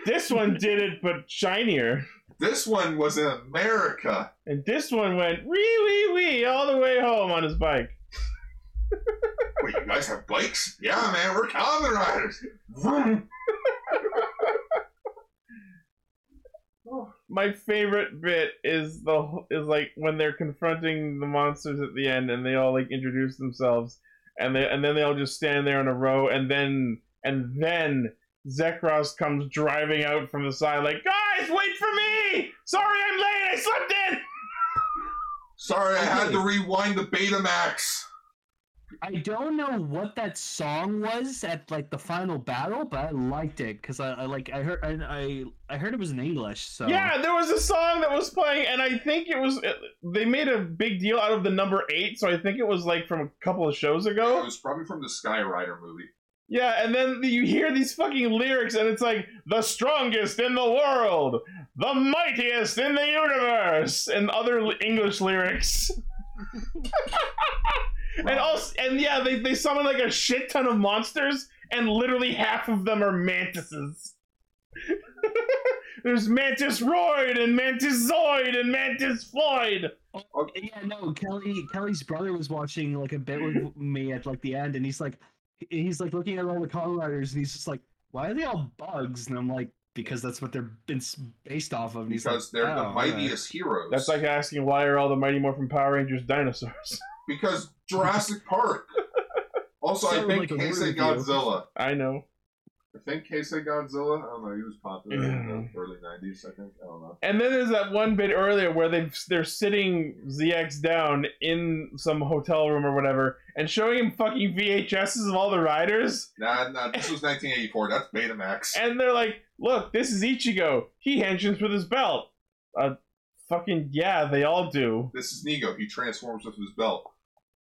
this one did it, but shinier.
This one was in America.
And this one went wee wee wee all the way home on his bike.
Wait, you guys have bikes? Yeah, man, we're common riders. Vroom.
My favorite bit is the wh- is like when they're confronting the monsters at the end, and they all like introduce themselves, and they and then they all just stand there in a row, and then and then Zekros comes driving out from the side, like guys, wait for me! Sorry, I'm late. I slept in.
Sorry, I had to rewind the Betamax.
I don't know what that song was at like the final battle, but I liked it because I, I like I heard I, I I heard it was in English. So
Yeah, there was a song that was playing, and I think it was. They made a big deal out of the number eight, so I think it was like from a couple of shows
It
ago.
was probably from the Sky Rider movie.
Yeah, and then you hear these fucking lyrics, and it's like the strongest in the world, the mightiest in the universe, and other l- English lyrics. and also, and yeah, they they summon like a shit ton of monsters, and literally half of them are mantises. There's Mantis Roid and Mantis Zoid and Mantis Floyd.
yeah, no. Kelly Kelly's brother was watching like a bit with me at like the end, and he's like he's like looking at all the Kamen Riders, and he's just like, why are they all bugs? And I'm like, because that's what they're been s- based off of. And he's
Because
like,
they're
"Oh,
the
all
mightiest heroes.
That's like asking why are all the Mighty Morphin Power Rangers dinosaurs?
because Jurassic Park. Also, I
Sounded
think
like a
Heisei
movie.
Godzilla.
I know.
I think Heisei Godzilla. I don't know. He was popular in the early '90s. I think. I don't know.
And then there's that one bit earlier where they they're sitting ZX down in some hotel room or whatever, and showing him fucking VHSs of all the riders,
Nah, nah. This was 1984. That's Betamax.
and they're like, "Look, this is Ichigo. He henchins with his belt." Uh, fucking yeah, they all do.
This is Nigo. He transforms with his belt.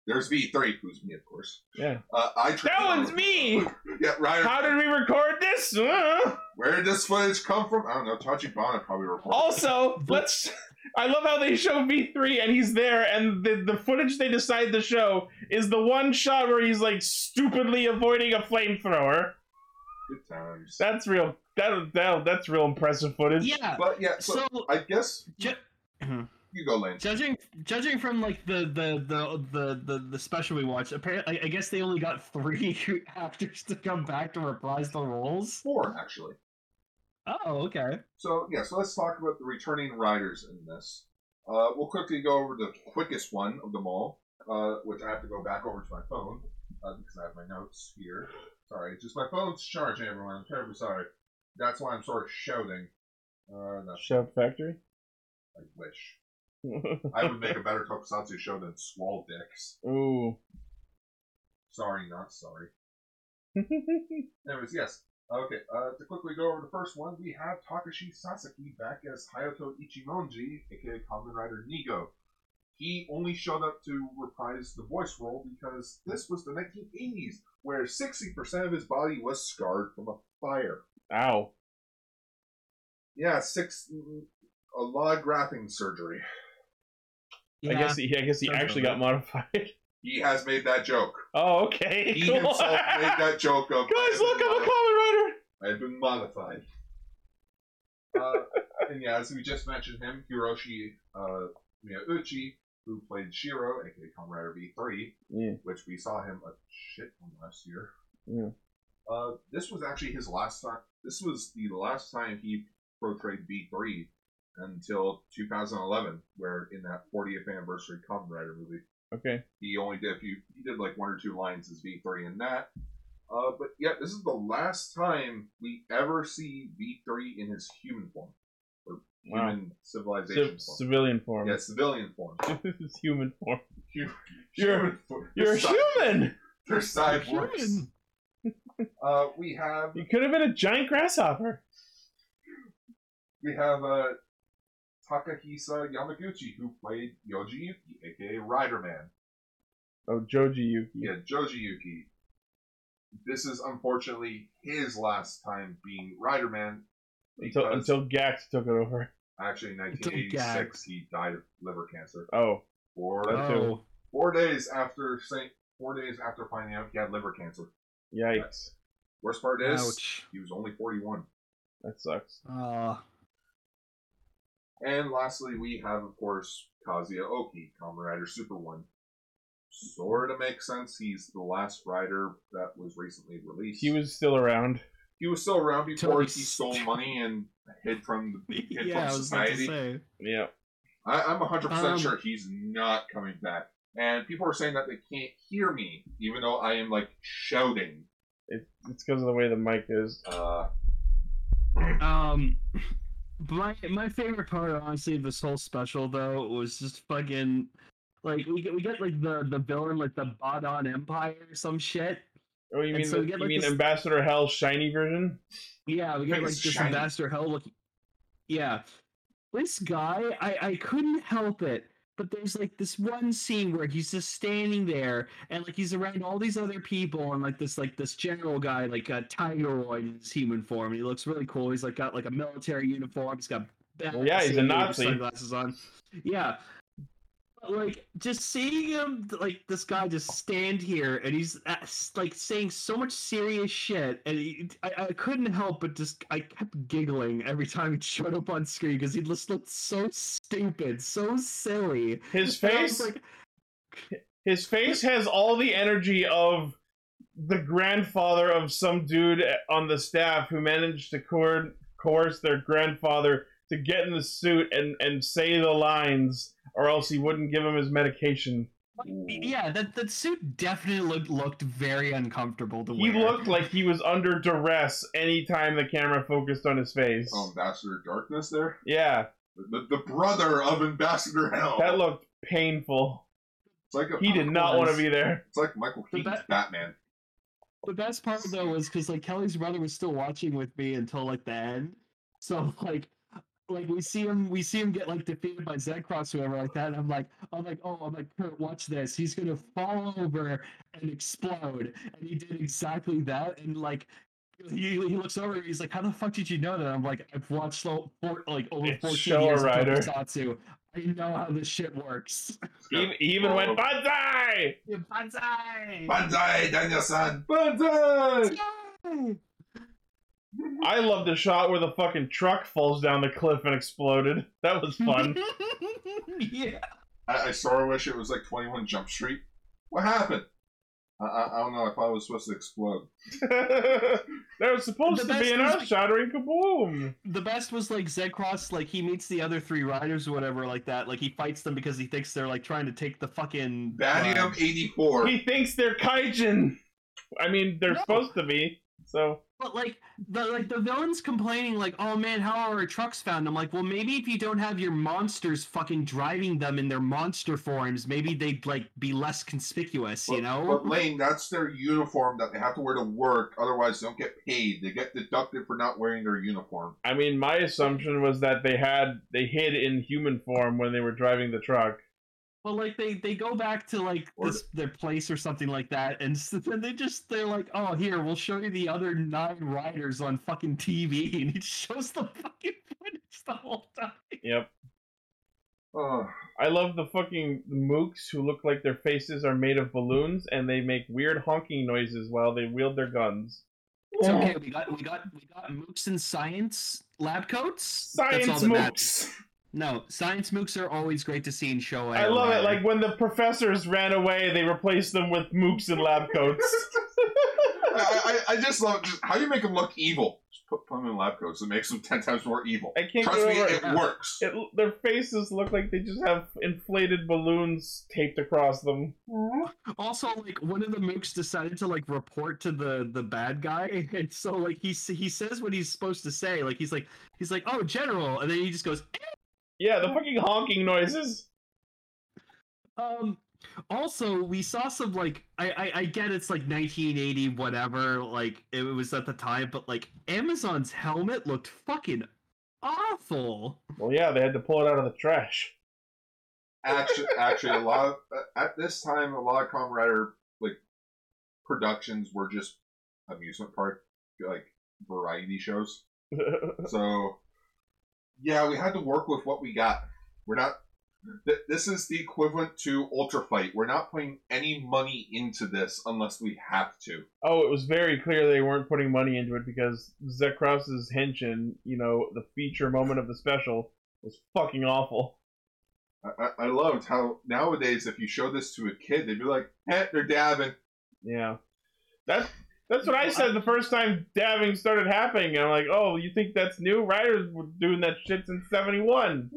There's V3, who's me, of course.
Yeah.
Uh, I
That one's me.
Yeah, Rider.
How did we record this? Uh.
Where did this footage come from? I don't know. Tachibana probably reported.
Also, let's. I love how they show V3 and he's there, and the, the footage they decide to show is the one shot where he's like stupidly avoiding a flamethrower.
Good times.
That's real. That, that that's real impressive
right."
footage.
Yeah.
but yeah, so,
So
I guess
ju-
you go, Lance.
judging judging from like the the the the the, the special we watched, apparently I, I guess they only got three actors to come back to reprise the roles.
Four, actually.
Oh, okay.
So yeah, so let's talk about the returning riders in this. Uh, we'll quickly go over the quickest one of them all, uh, which I have to go back over to my phone uh, because I have my notes here. Sorry, it's just my phone's charging, everyone. I'm terribly sorry. That's why I'm sort of shouting. Uh, no,
Shout Factory.
I wish. I would make a better tokusatsu show than Swall Dicks.
Ooh,
Sorry, not sorry. Anyways, yes. Okay, uh, to quickly go over the first one, we have Takashi Sasaki back as Hayato Ichimonji, aka Kamen Rider Nigo. He only showed up to reprise the voice role because this was the 1980s, where 60% of his body was scarred from a fire.
Ow.
Yeah, six, a lot of grafting surgery.
I guess he, I guess he
Sounds
actually got
about
modified.
He has made that joke.
Oh, okay.
He
cool.
himself made that joke of.
Guys, look, I'm a Kamen Rider.
I've been modified. uh, and yeah, as we just mentioned him, Hiroshi uh, Miyauchi, who played Shiro, aka Comrade V3,
Yeah.
which we saw him a shit ton last year.
Yeah.
Uh, this was actually his last time. This was the last time he portrayed V3 until 2011, where in that 40th anniversary Kamen Rider movie
Okay.
he only did a few he did like one or two lines as v3 in that uh, but yeah this is the last time we ever see v3 in his human form or
Wow.
human civilization form
Civ- civilian form.
yeah civilian form
this is human form. You're-
human form
You're a
They're cy-
human.
they're cyborgs uh, we have
You could have been a giant grasshopper.
we have uh, takahisa yamaguchi who played yoji yuki aka riderman
Oh, Joji Yuki.
Yeah, Joji Yuki. This is unfortunately his last time being Riderman.
until
because
until Gax took it over.
actually, in
Until
1986, he died of liver cancer.
Oh,
Four,
Oh,
four days after saying, four days after finding out he had liver cancer.
yikes!
Worst part is
ouch.
he was only 41.
That sucks.
Oh,
And lastly, we have of course Kazuya Oki, Kamen Rider Super One. Sort of makes sense. He's the last rider that was recently released.
He was still around.
he was still around
Till
before he
he
stole
st-
money and hid from the hid
yeah, I
from
was about to
society.
say.
Yeah.
I, I'm 100%
Um,
sure he's not coming back. And people are saying that they can't hear me, even though I am like shouting.
It, it's because of the way the mic is.
Uh,
Um, my my favorite part, honestly, of this whole special though was just fucking like we get we get like the the villain like the Badan Empire or some shit.
Oh, you
And
mean
so
the-
you get,
you
like,
mean
this-
Ambassador Hell shiny version?
Yeah, we got
Think
like
it's
this
shiny.
ambassador hell looking. Yeah, this guy, I I couldn't help it. But there's like this one scene where he's just standing there, and like he's around all these other people, and like this like this general guy, like a Tigeroid in his human form, and he looks really cool. He's like got like a military uniform. He's got
Well, yeah, he's a
backseat,
Nazi.
Sunglasses on. Yeah. But, Like just seeing him, like this guy just stand here, and he's uh, s- like saying so much serious shit, and he, I, I couldn't help but just I kept giggling every time he showed up on screen because he just looked so stupid, so silly.
His
And I was
face.
like,
His face has all the energy of the grandfather of some dude on the staff who managed to coer- coerce their grandfather to get in the suit and, and say the lines, or else he wouldn't give him his medication.
yeah, that that suit definitely looked looked very uncomfortable to
He
wear.
looked like he was under duress anytime the camera focused on his face.
oh, Ambassador Darkness there?
Yeah,
The, the brother of Ambassador Hell.
that looked painful.
it's like a,
He did not want to be there.
It's like Michael
The
Keaton's
ba-
Batman.
The best part though was because like Kelly's brother was still watching with me until like the end. So like like we see him we see him get like defeated by Zedcross or whatever like that. And I'm like I'm like oh I'm like Kurt watch this he's gonna fall over and explode and he did exactly that and like. He, he looks over and he's like, How the fuck did you know that? I'm like, I've watched lo- for, like over
It's
14
Showa
years of
Rider.
Tokusatsu. I know how this shit works.
He, he even went, Banzai!
Yeah, banzai!
Banzai, Daniel-san! Banzai!
Yay!
I love the shot where the fucking truck falls down the cliff and exploded. That was fun.
yeah.
I, I sort of wish it was like 21 Jump Street. What happened? I, I, I don't know. I thought it was supposed to explode.
there was supposed
The
to be
best
an
was-
earth shattering kaboom.
the best was like Zed Cross, like he meets the other three riders or whatever like that. Like he fights them because he thinks they're like trying to take the fucking
Badium
um,
84.
He thinks they're kaijin. I mean, they're
No.
supposed to be. So
But like the like the villains complaining like, oh man, how are our trucks found? I'm like, well maybe if you don't have your monsters fucking driving them in their monster forms, maybe they'd like be less conspicuous, you
But-
know?
But Lane, that's their uniform that they have to wear to work. Otherwise, they don't get paid. They get deducted for not wearing their uniform.
I mean, my assumption was that they had they hid in human form when they were driving the truck.
Well, like they they go back to like
Or-
this their place or something like that, and s- then they just they're like, "Oh, here we'll show you the other nine riders on fucking TV," and it shows the fucking footage the whole time.
Yep.
Ugh.
I love the fucking mooks who look like their faces are made of balloons and they make weird honking noises while they wield their guns.
It's okay. We got we got we got mooks in science lab coats. That's all
Science
that matters.
mooks.
No, science mooks are always great to see in show.
I love it. Like when the professors ran away, they replaced them with mooks in lab coats.
I, I, I just love just how you make them look evil. Just put, put them in lab coats. It makes them ten times more evil.
I can't
Trust
get
me,
over
it
it.
works.
It- Their faces look like they just have inflated balloons taped across them.
also like one of the mooks decided to like report to the the bad guy, and so like he s- he says what he's supposed to say. Like he's like he's like, "Oh, general," and then he just goes.
Yeah, the fucking honking noises.
Um. Also, we saw some like I, I I get it's like 1980 whatever like it was at the time, but like Amazon's helmet looked fucking awful.
Well, yeah, they had to pull it out of the trash.
Actually, actually, a lot of, uh, at this time, a lot of Kamen Rider like productions were just amusement park like variety shows. So, yeah, we had to work with what we got. We're not. Th- this is the equivalent to Ultra Fight. We're not putting any money into this unless we have to.
oh, it was very clear they weren't putting money into it because Zach Krause's henshin, you know, the feature moment of the special, was fucking awful.
I, I-, I loved how nowadays, if you show this to a kid, they'd be like, "Hey, they're dabbing."
Yeah, that's that's what I said the first time dabbing started happening. I'm like, oh, you think that's new? Riders were doing that shit since '71.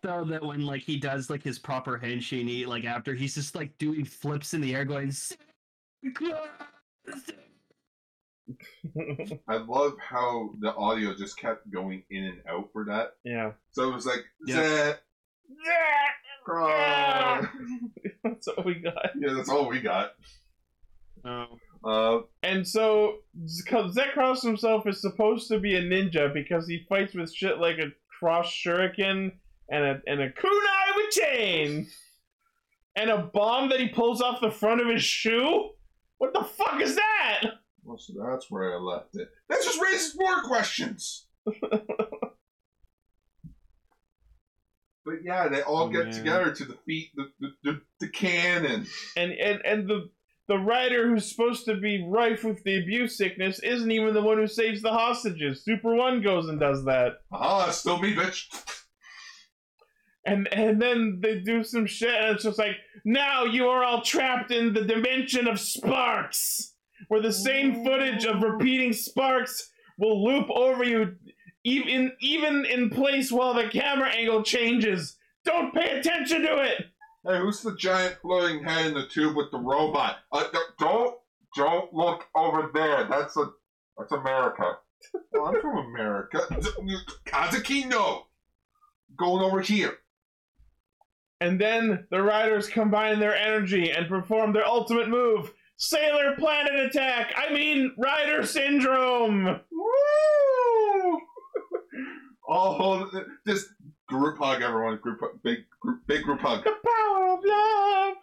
Though that when like he does like his proper henshin, he like after he's just like doing flips in the air, going. "S-
I love how the audio just kept going in and out for that.
yeah,
So it was like,
Yeah.
"Zeh, cry."
Oh. that's what we got.
yeah, that's all we got.
Um,
Oh.
Uh,
And so, because Zekros himself is supposed to be a ninja because he fights with shit like a cross shuriken and a, and a kunai with chain and a bomb that he pulls off the front of his shoe? What the fuck is that?
well, so that's where I left it. That just raises more questions. but yeah, they all
Oh,
get
man.
together to defeat the the, the, the cannon.
And, and, and the. The writer who's supposed to be rife with the abuse sickness isn't even the one who saves the hostages. Super One goes and does that.
Aha, it's still me, bitch.
And and then they do some shit, and it's just like, now you are all trapped in the dimension of sparks, where the same footage of repeating sparks will loop over you, even even in place while the camera angle changes. Don't pay attention to it.
Hey, who's the giant floating head in the tube with the robot? Uh, d- don't don't look over there. That's a that's America. Well, I'm from America. Kazuki, no. Going over here.
And then the riders combine their energy and perform their ultimate move. Sailor Planet Attack! I mean, Rider Syndrome!
Woo! Oh, just group hug, everyone. Group hu- big group, big group hug.
The power of love!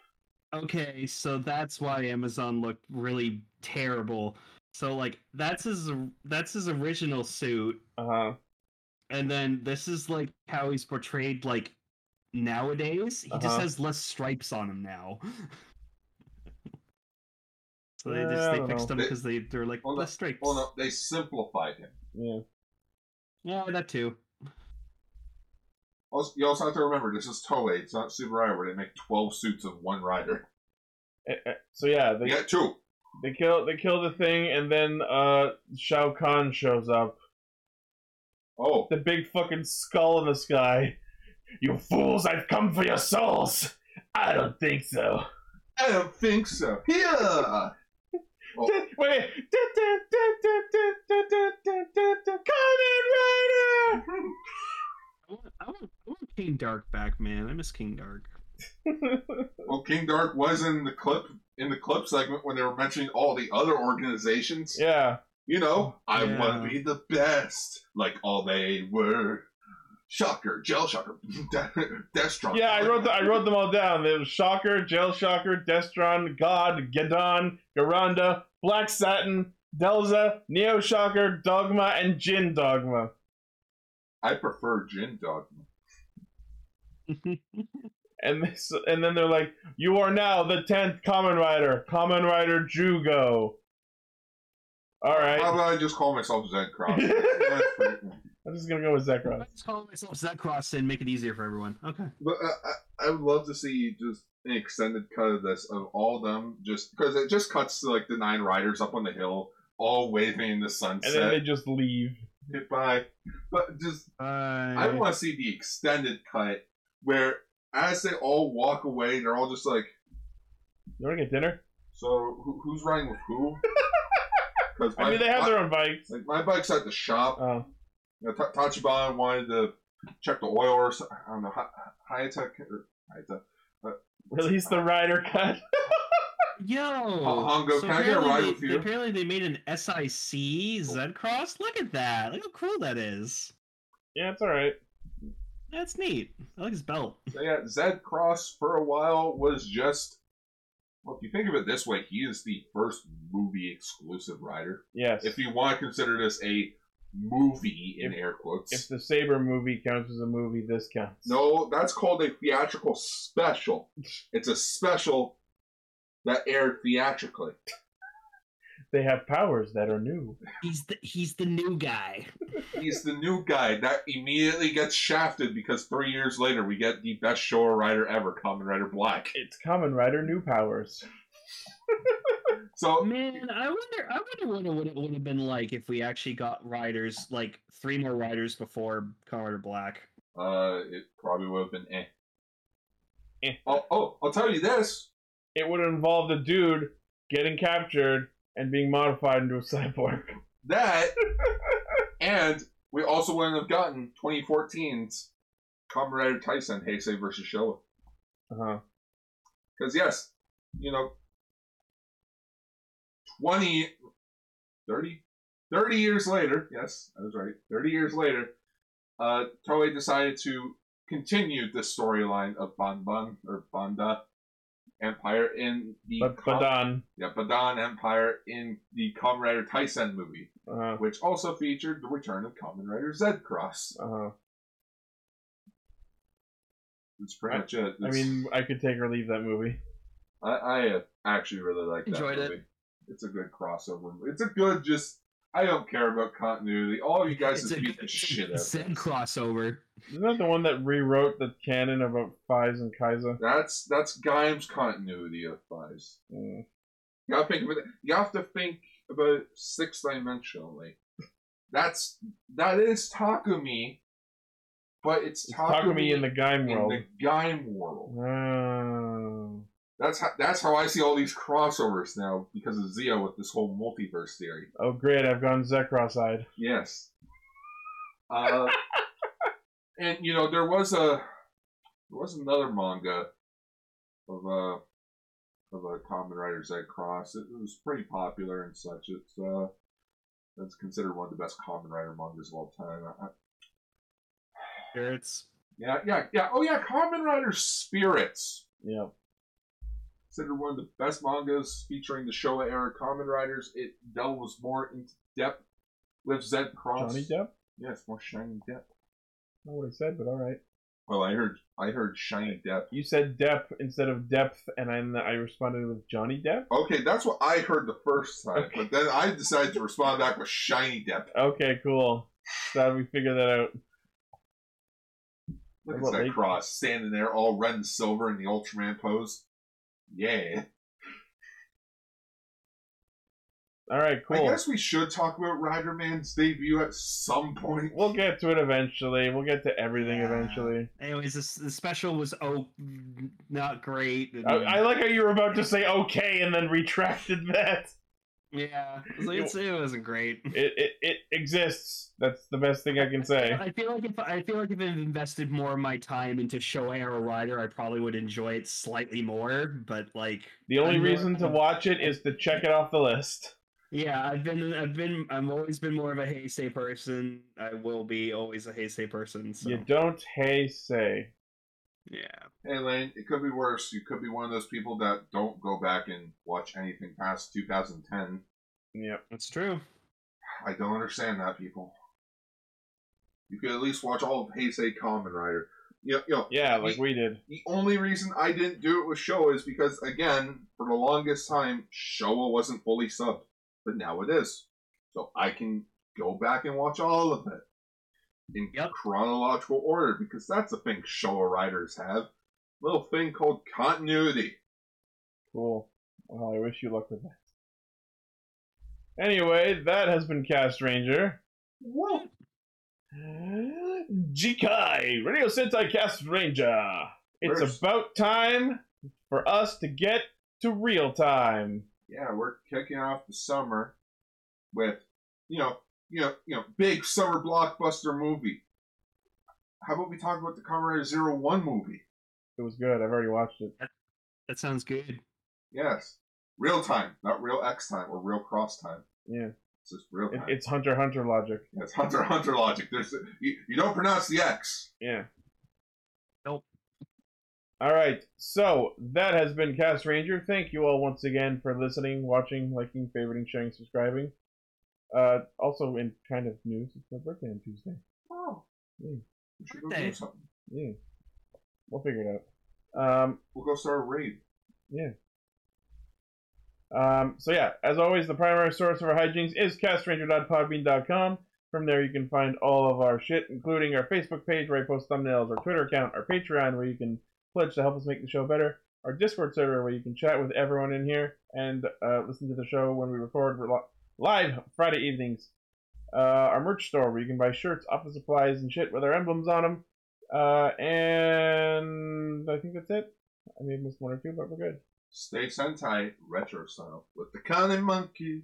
Okay, so that's why Amazon looked really terrible. So like that's his that's his original suit,
Uh huh.
and then this is like how he's portrayed like nowadays. He just
Uh-huh.
has less stripes on him now. so they
Yeah,
just
I
they
don't
fixed
know.
him
They-
because they they're like
Hold
less stripes.
Well, no, they simplified him.
Yeah.
Yeah, that too.
Also, you also have to remember this is Toei. It's not Super Rider where they make twelve suits of one rider.
Eh, eh, So yeah, they,
They got two.
They kill they kill the thing and then uh Shao Kahn shows up.
Oh,
The big fucking skull in the sky. You fools, I've come for your souls. I don't think so.
I don't think so. Yeah.
Wait. Common
I want, I want, I want King Dark back, man. I miss King Dark.
Rider.
Well, King Dark was in the clip in the clip segment when they were mentioning all the other organizations.
yeah.
You know, I
Yeah.
want to be the best, like all they were. Shocker, Gel Shocker, Deathstroke.
Yeah, I wrote the, I wrote them all down. There was Shocker, Jail Shocker, Destron, God, Gedon, Garanda, Black Satin, Delza, Neo Shocker, Dogma, and Jin Dogma.
I prefer Gin Dogma.
And this, and then they're like, "You are now the tenth Common Rider, Common Rider Jugo." All
How
right,
about I just call myself Zed Cross?
I'm just gonna go with
Uh,
Zekrom.
I just call myself Zekross and make it easier for everyone. Okay.
But uh, I, I would love to see just an extended cut of this of all them, just because it just cuts to like the nine riders up on the hill, all waving in the
And then they
sunset.
just leave.
Goodbye. But just I
Uh,
want to see the extended cut where as they all walk away, they're all just like,
You want to get dinner?
"So who, who's riding with who?" Because
I mean, they have their own bikes.
like my bike's at the shop.
Oh,
You know, Ta- Tachibana wanted to check the oil or so- I don't know. Hi- Hayata, or Hayata,
release the rider cut.
yo.
Hongo, can I get a
apparently
ride
they,
with you? Oh.
Apparently, they made an SIC Zcross. Look at that. Look how cool that is.
Yeah, it's all right.
That's neat. I like his belt.
So yeah, Zed Cross for a while was just. Well, if you think of it this way, he is the first movie exclusive rider.
Yes.
If you want to consider this a movie in air quotes,
If the Saber movie counts as a movie, this counts.
no, that's called a theatrical special. It's a special that aired theatrically.
They have powers that are new.
He's the he's the new guy.
He's the new guy that immediately gets shafted because three years later we get the best shore rider ever, Common Rider Black.
It's Common Rider New Powers.
So
Man, I wonder. I wonder what it would have been like if we actually got riders like three more riders before Colorado Black.
uh, it probably would have been eh.
Eh.
Oh, oh, I'll tell you this.
It would involve the dude getting captured and being modified into a cyborg.
That, and we also wouldn't have gotten 2014's Comrade Tyson Heisei versus Showa.
Uh-huh.
Because, yes, you know, 20, 30, 30 years later, yes, I was right, 30 years later, uh, Toei decided to continue the storyline of Banban or Banda Empire in the
But
Com-
Badan.
yeah, Badan Empire in the Comrade Tyson movie
Uh-huh.
which also featured the return of Common Rider Zed Cross.
Uh-huh.
That's pretty
I-
much it.
I
It's-
mean, I could take or leave that movie.
I, I uh, actually really like that
Enjoyed it.
movie. It's a good crossover. It's a good just. I don't care about continuity. All Oh, you guys
It's
is
a
beat the
good
shit out. of
Zen
this.
crossover.
Isn't that the one that rewrote the canon about Fives and Kaiser?
That's that's Gaim's continuity of fives.
Mm.
You gotta think about it. You have to think about it six dimensionally. That's that is Takumi, but it's Takumi,
Takumi in the Gaim
in
world.
the Gaim world.
Oh.
That's how, that's how I see all these crossovers now because of Zia with this whole multiverse theory.
oh, great. I've gone Zekros-eyed.
Yes. Uh, and you know there was a there was another manga of a of a common writer Zed Cross. It, was pretty popular and such. It's uh that's considered one of the best common writer mangas of all time. I, I-
Spirits.
yeah, yeah, yeah. Oh yeah, common writer Spirits.
Yep.
considered one of the best mangas featuring the Showa era Common Riders. It delves more into depth with Zed Cross.
Johnny Depp?
Yes, more shiny depth.
Not what I said, but all right.
Well, I heard I heard shiny depth.
You said depth instead of depth, and then I responded with Johnny Depp.
Okay, that's what I heard the first time, but then I decided to respond back with shiny depth.
Okay, cool. Glad we figured that out.
Look
Well,
at Zed
they-
Cross standing there, all red and silver in the Ultraman pose. Yeah.
All right,
I
cool.
guess we should talk about Rider Man's debut at some point.
We'll get to it eventually. We'll get to everything
Yeah.
eventually.
Anyways, this the special was oh not great.
I, I like how you were about to say okay and then retracted that.
Yeah, it's like, it's, it wasn't great.
It, it it exists. That's the best thing I can say.
I feel like if I feel like if I've invested more of my time into Showa Arrow Rider, I probably would enjoy it slightly more. But like,
The only
I'm more-
reason to watch it is to check it off the list.
yeah, I've been, I've been, I've always been more of a Heisei person. I will be always a Heisei person. So
You don't hey say.
yeah.
Hey, Lane, it could be worse. You could be one of those people that don't go back and watch anything past 2010.
Yep.
That's true.
I don't understand that, people. You could at least watch all of Heisei Common Rider. Yo, yo,
Yeah, like we did.
the only reason I didn't do it with Showa is because, again, for the longest time, Showa wasn't fully subbed. But now it is. So I can go back and watch all of it in
Yep.
chronological order because that's a thing Showa writers have. Little thing called continuity.
Cool. Well, I wish you luck with that. Anyway, that has been Cast Ranger.
What?
Jikai Radio Sentai Cast Ranger. It's
First.
about time for us to get to real time.
yeah, we're kicking off the summer with, you know, you know, you know, big summer blockbuster movie. How about we talk about the Kamen Rider Zero One movie?
It was good. I've already watched it.
That sounds good.
Yes, real time, not real X time or real cross time.
Yeah,
It's just real
it,
time.
it's Hunter x Hunter logic.
Yeah, it's Hunter x Hunter logic. There's you, you don't pronounce the X.
Yeah.
Nope.
All right. So that has been Cast Ranger. Thank you all once again for listening, watching, liking, favoriting, sharing, subscribing. Uh, also, in kind of news, it's my birthday on Tuesday.
Oh,
Hmm.
we should go
Birthday.
do something.
Yeah. We'll figure it out. Um,
We'll go start a raid.
Um, so yeah, as always, the primary source of our hijinks is castranger.podbean.com. From there, you can find all of our shit, including our Facebook page where I post thumbnails, our Twitter account, our Patreon where you can pledge to help us make the show better, our Discord server where you can chat with everyone in here and uh, listen to the show when we record We're li- live Friday evenings, uh, our merch store where you can buy shirts, office supplies, and shit with our emblems on them. Uh, and I think that's it. I may have missed one or two, but we're good.
Stay Sentai retro style with the cunning monkey.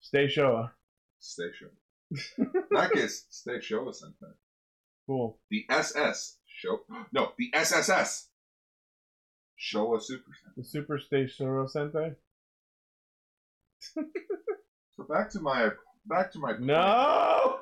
Stay Showa.
Stay show. In that case, stay show with Sentai.
Cool.
The SS show. No, the SSS. Show a super. Sentai.
The Super Stage Soro Sentai?
So back to my back to my
No!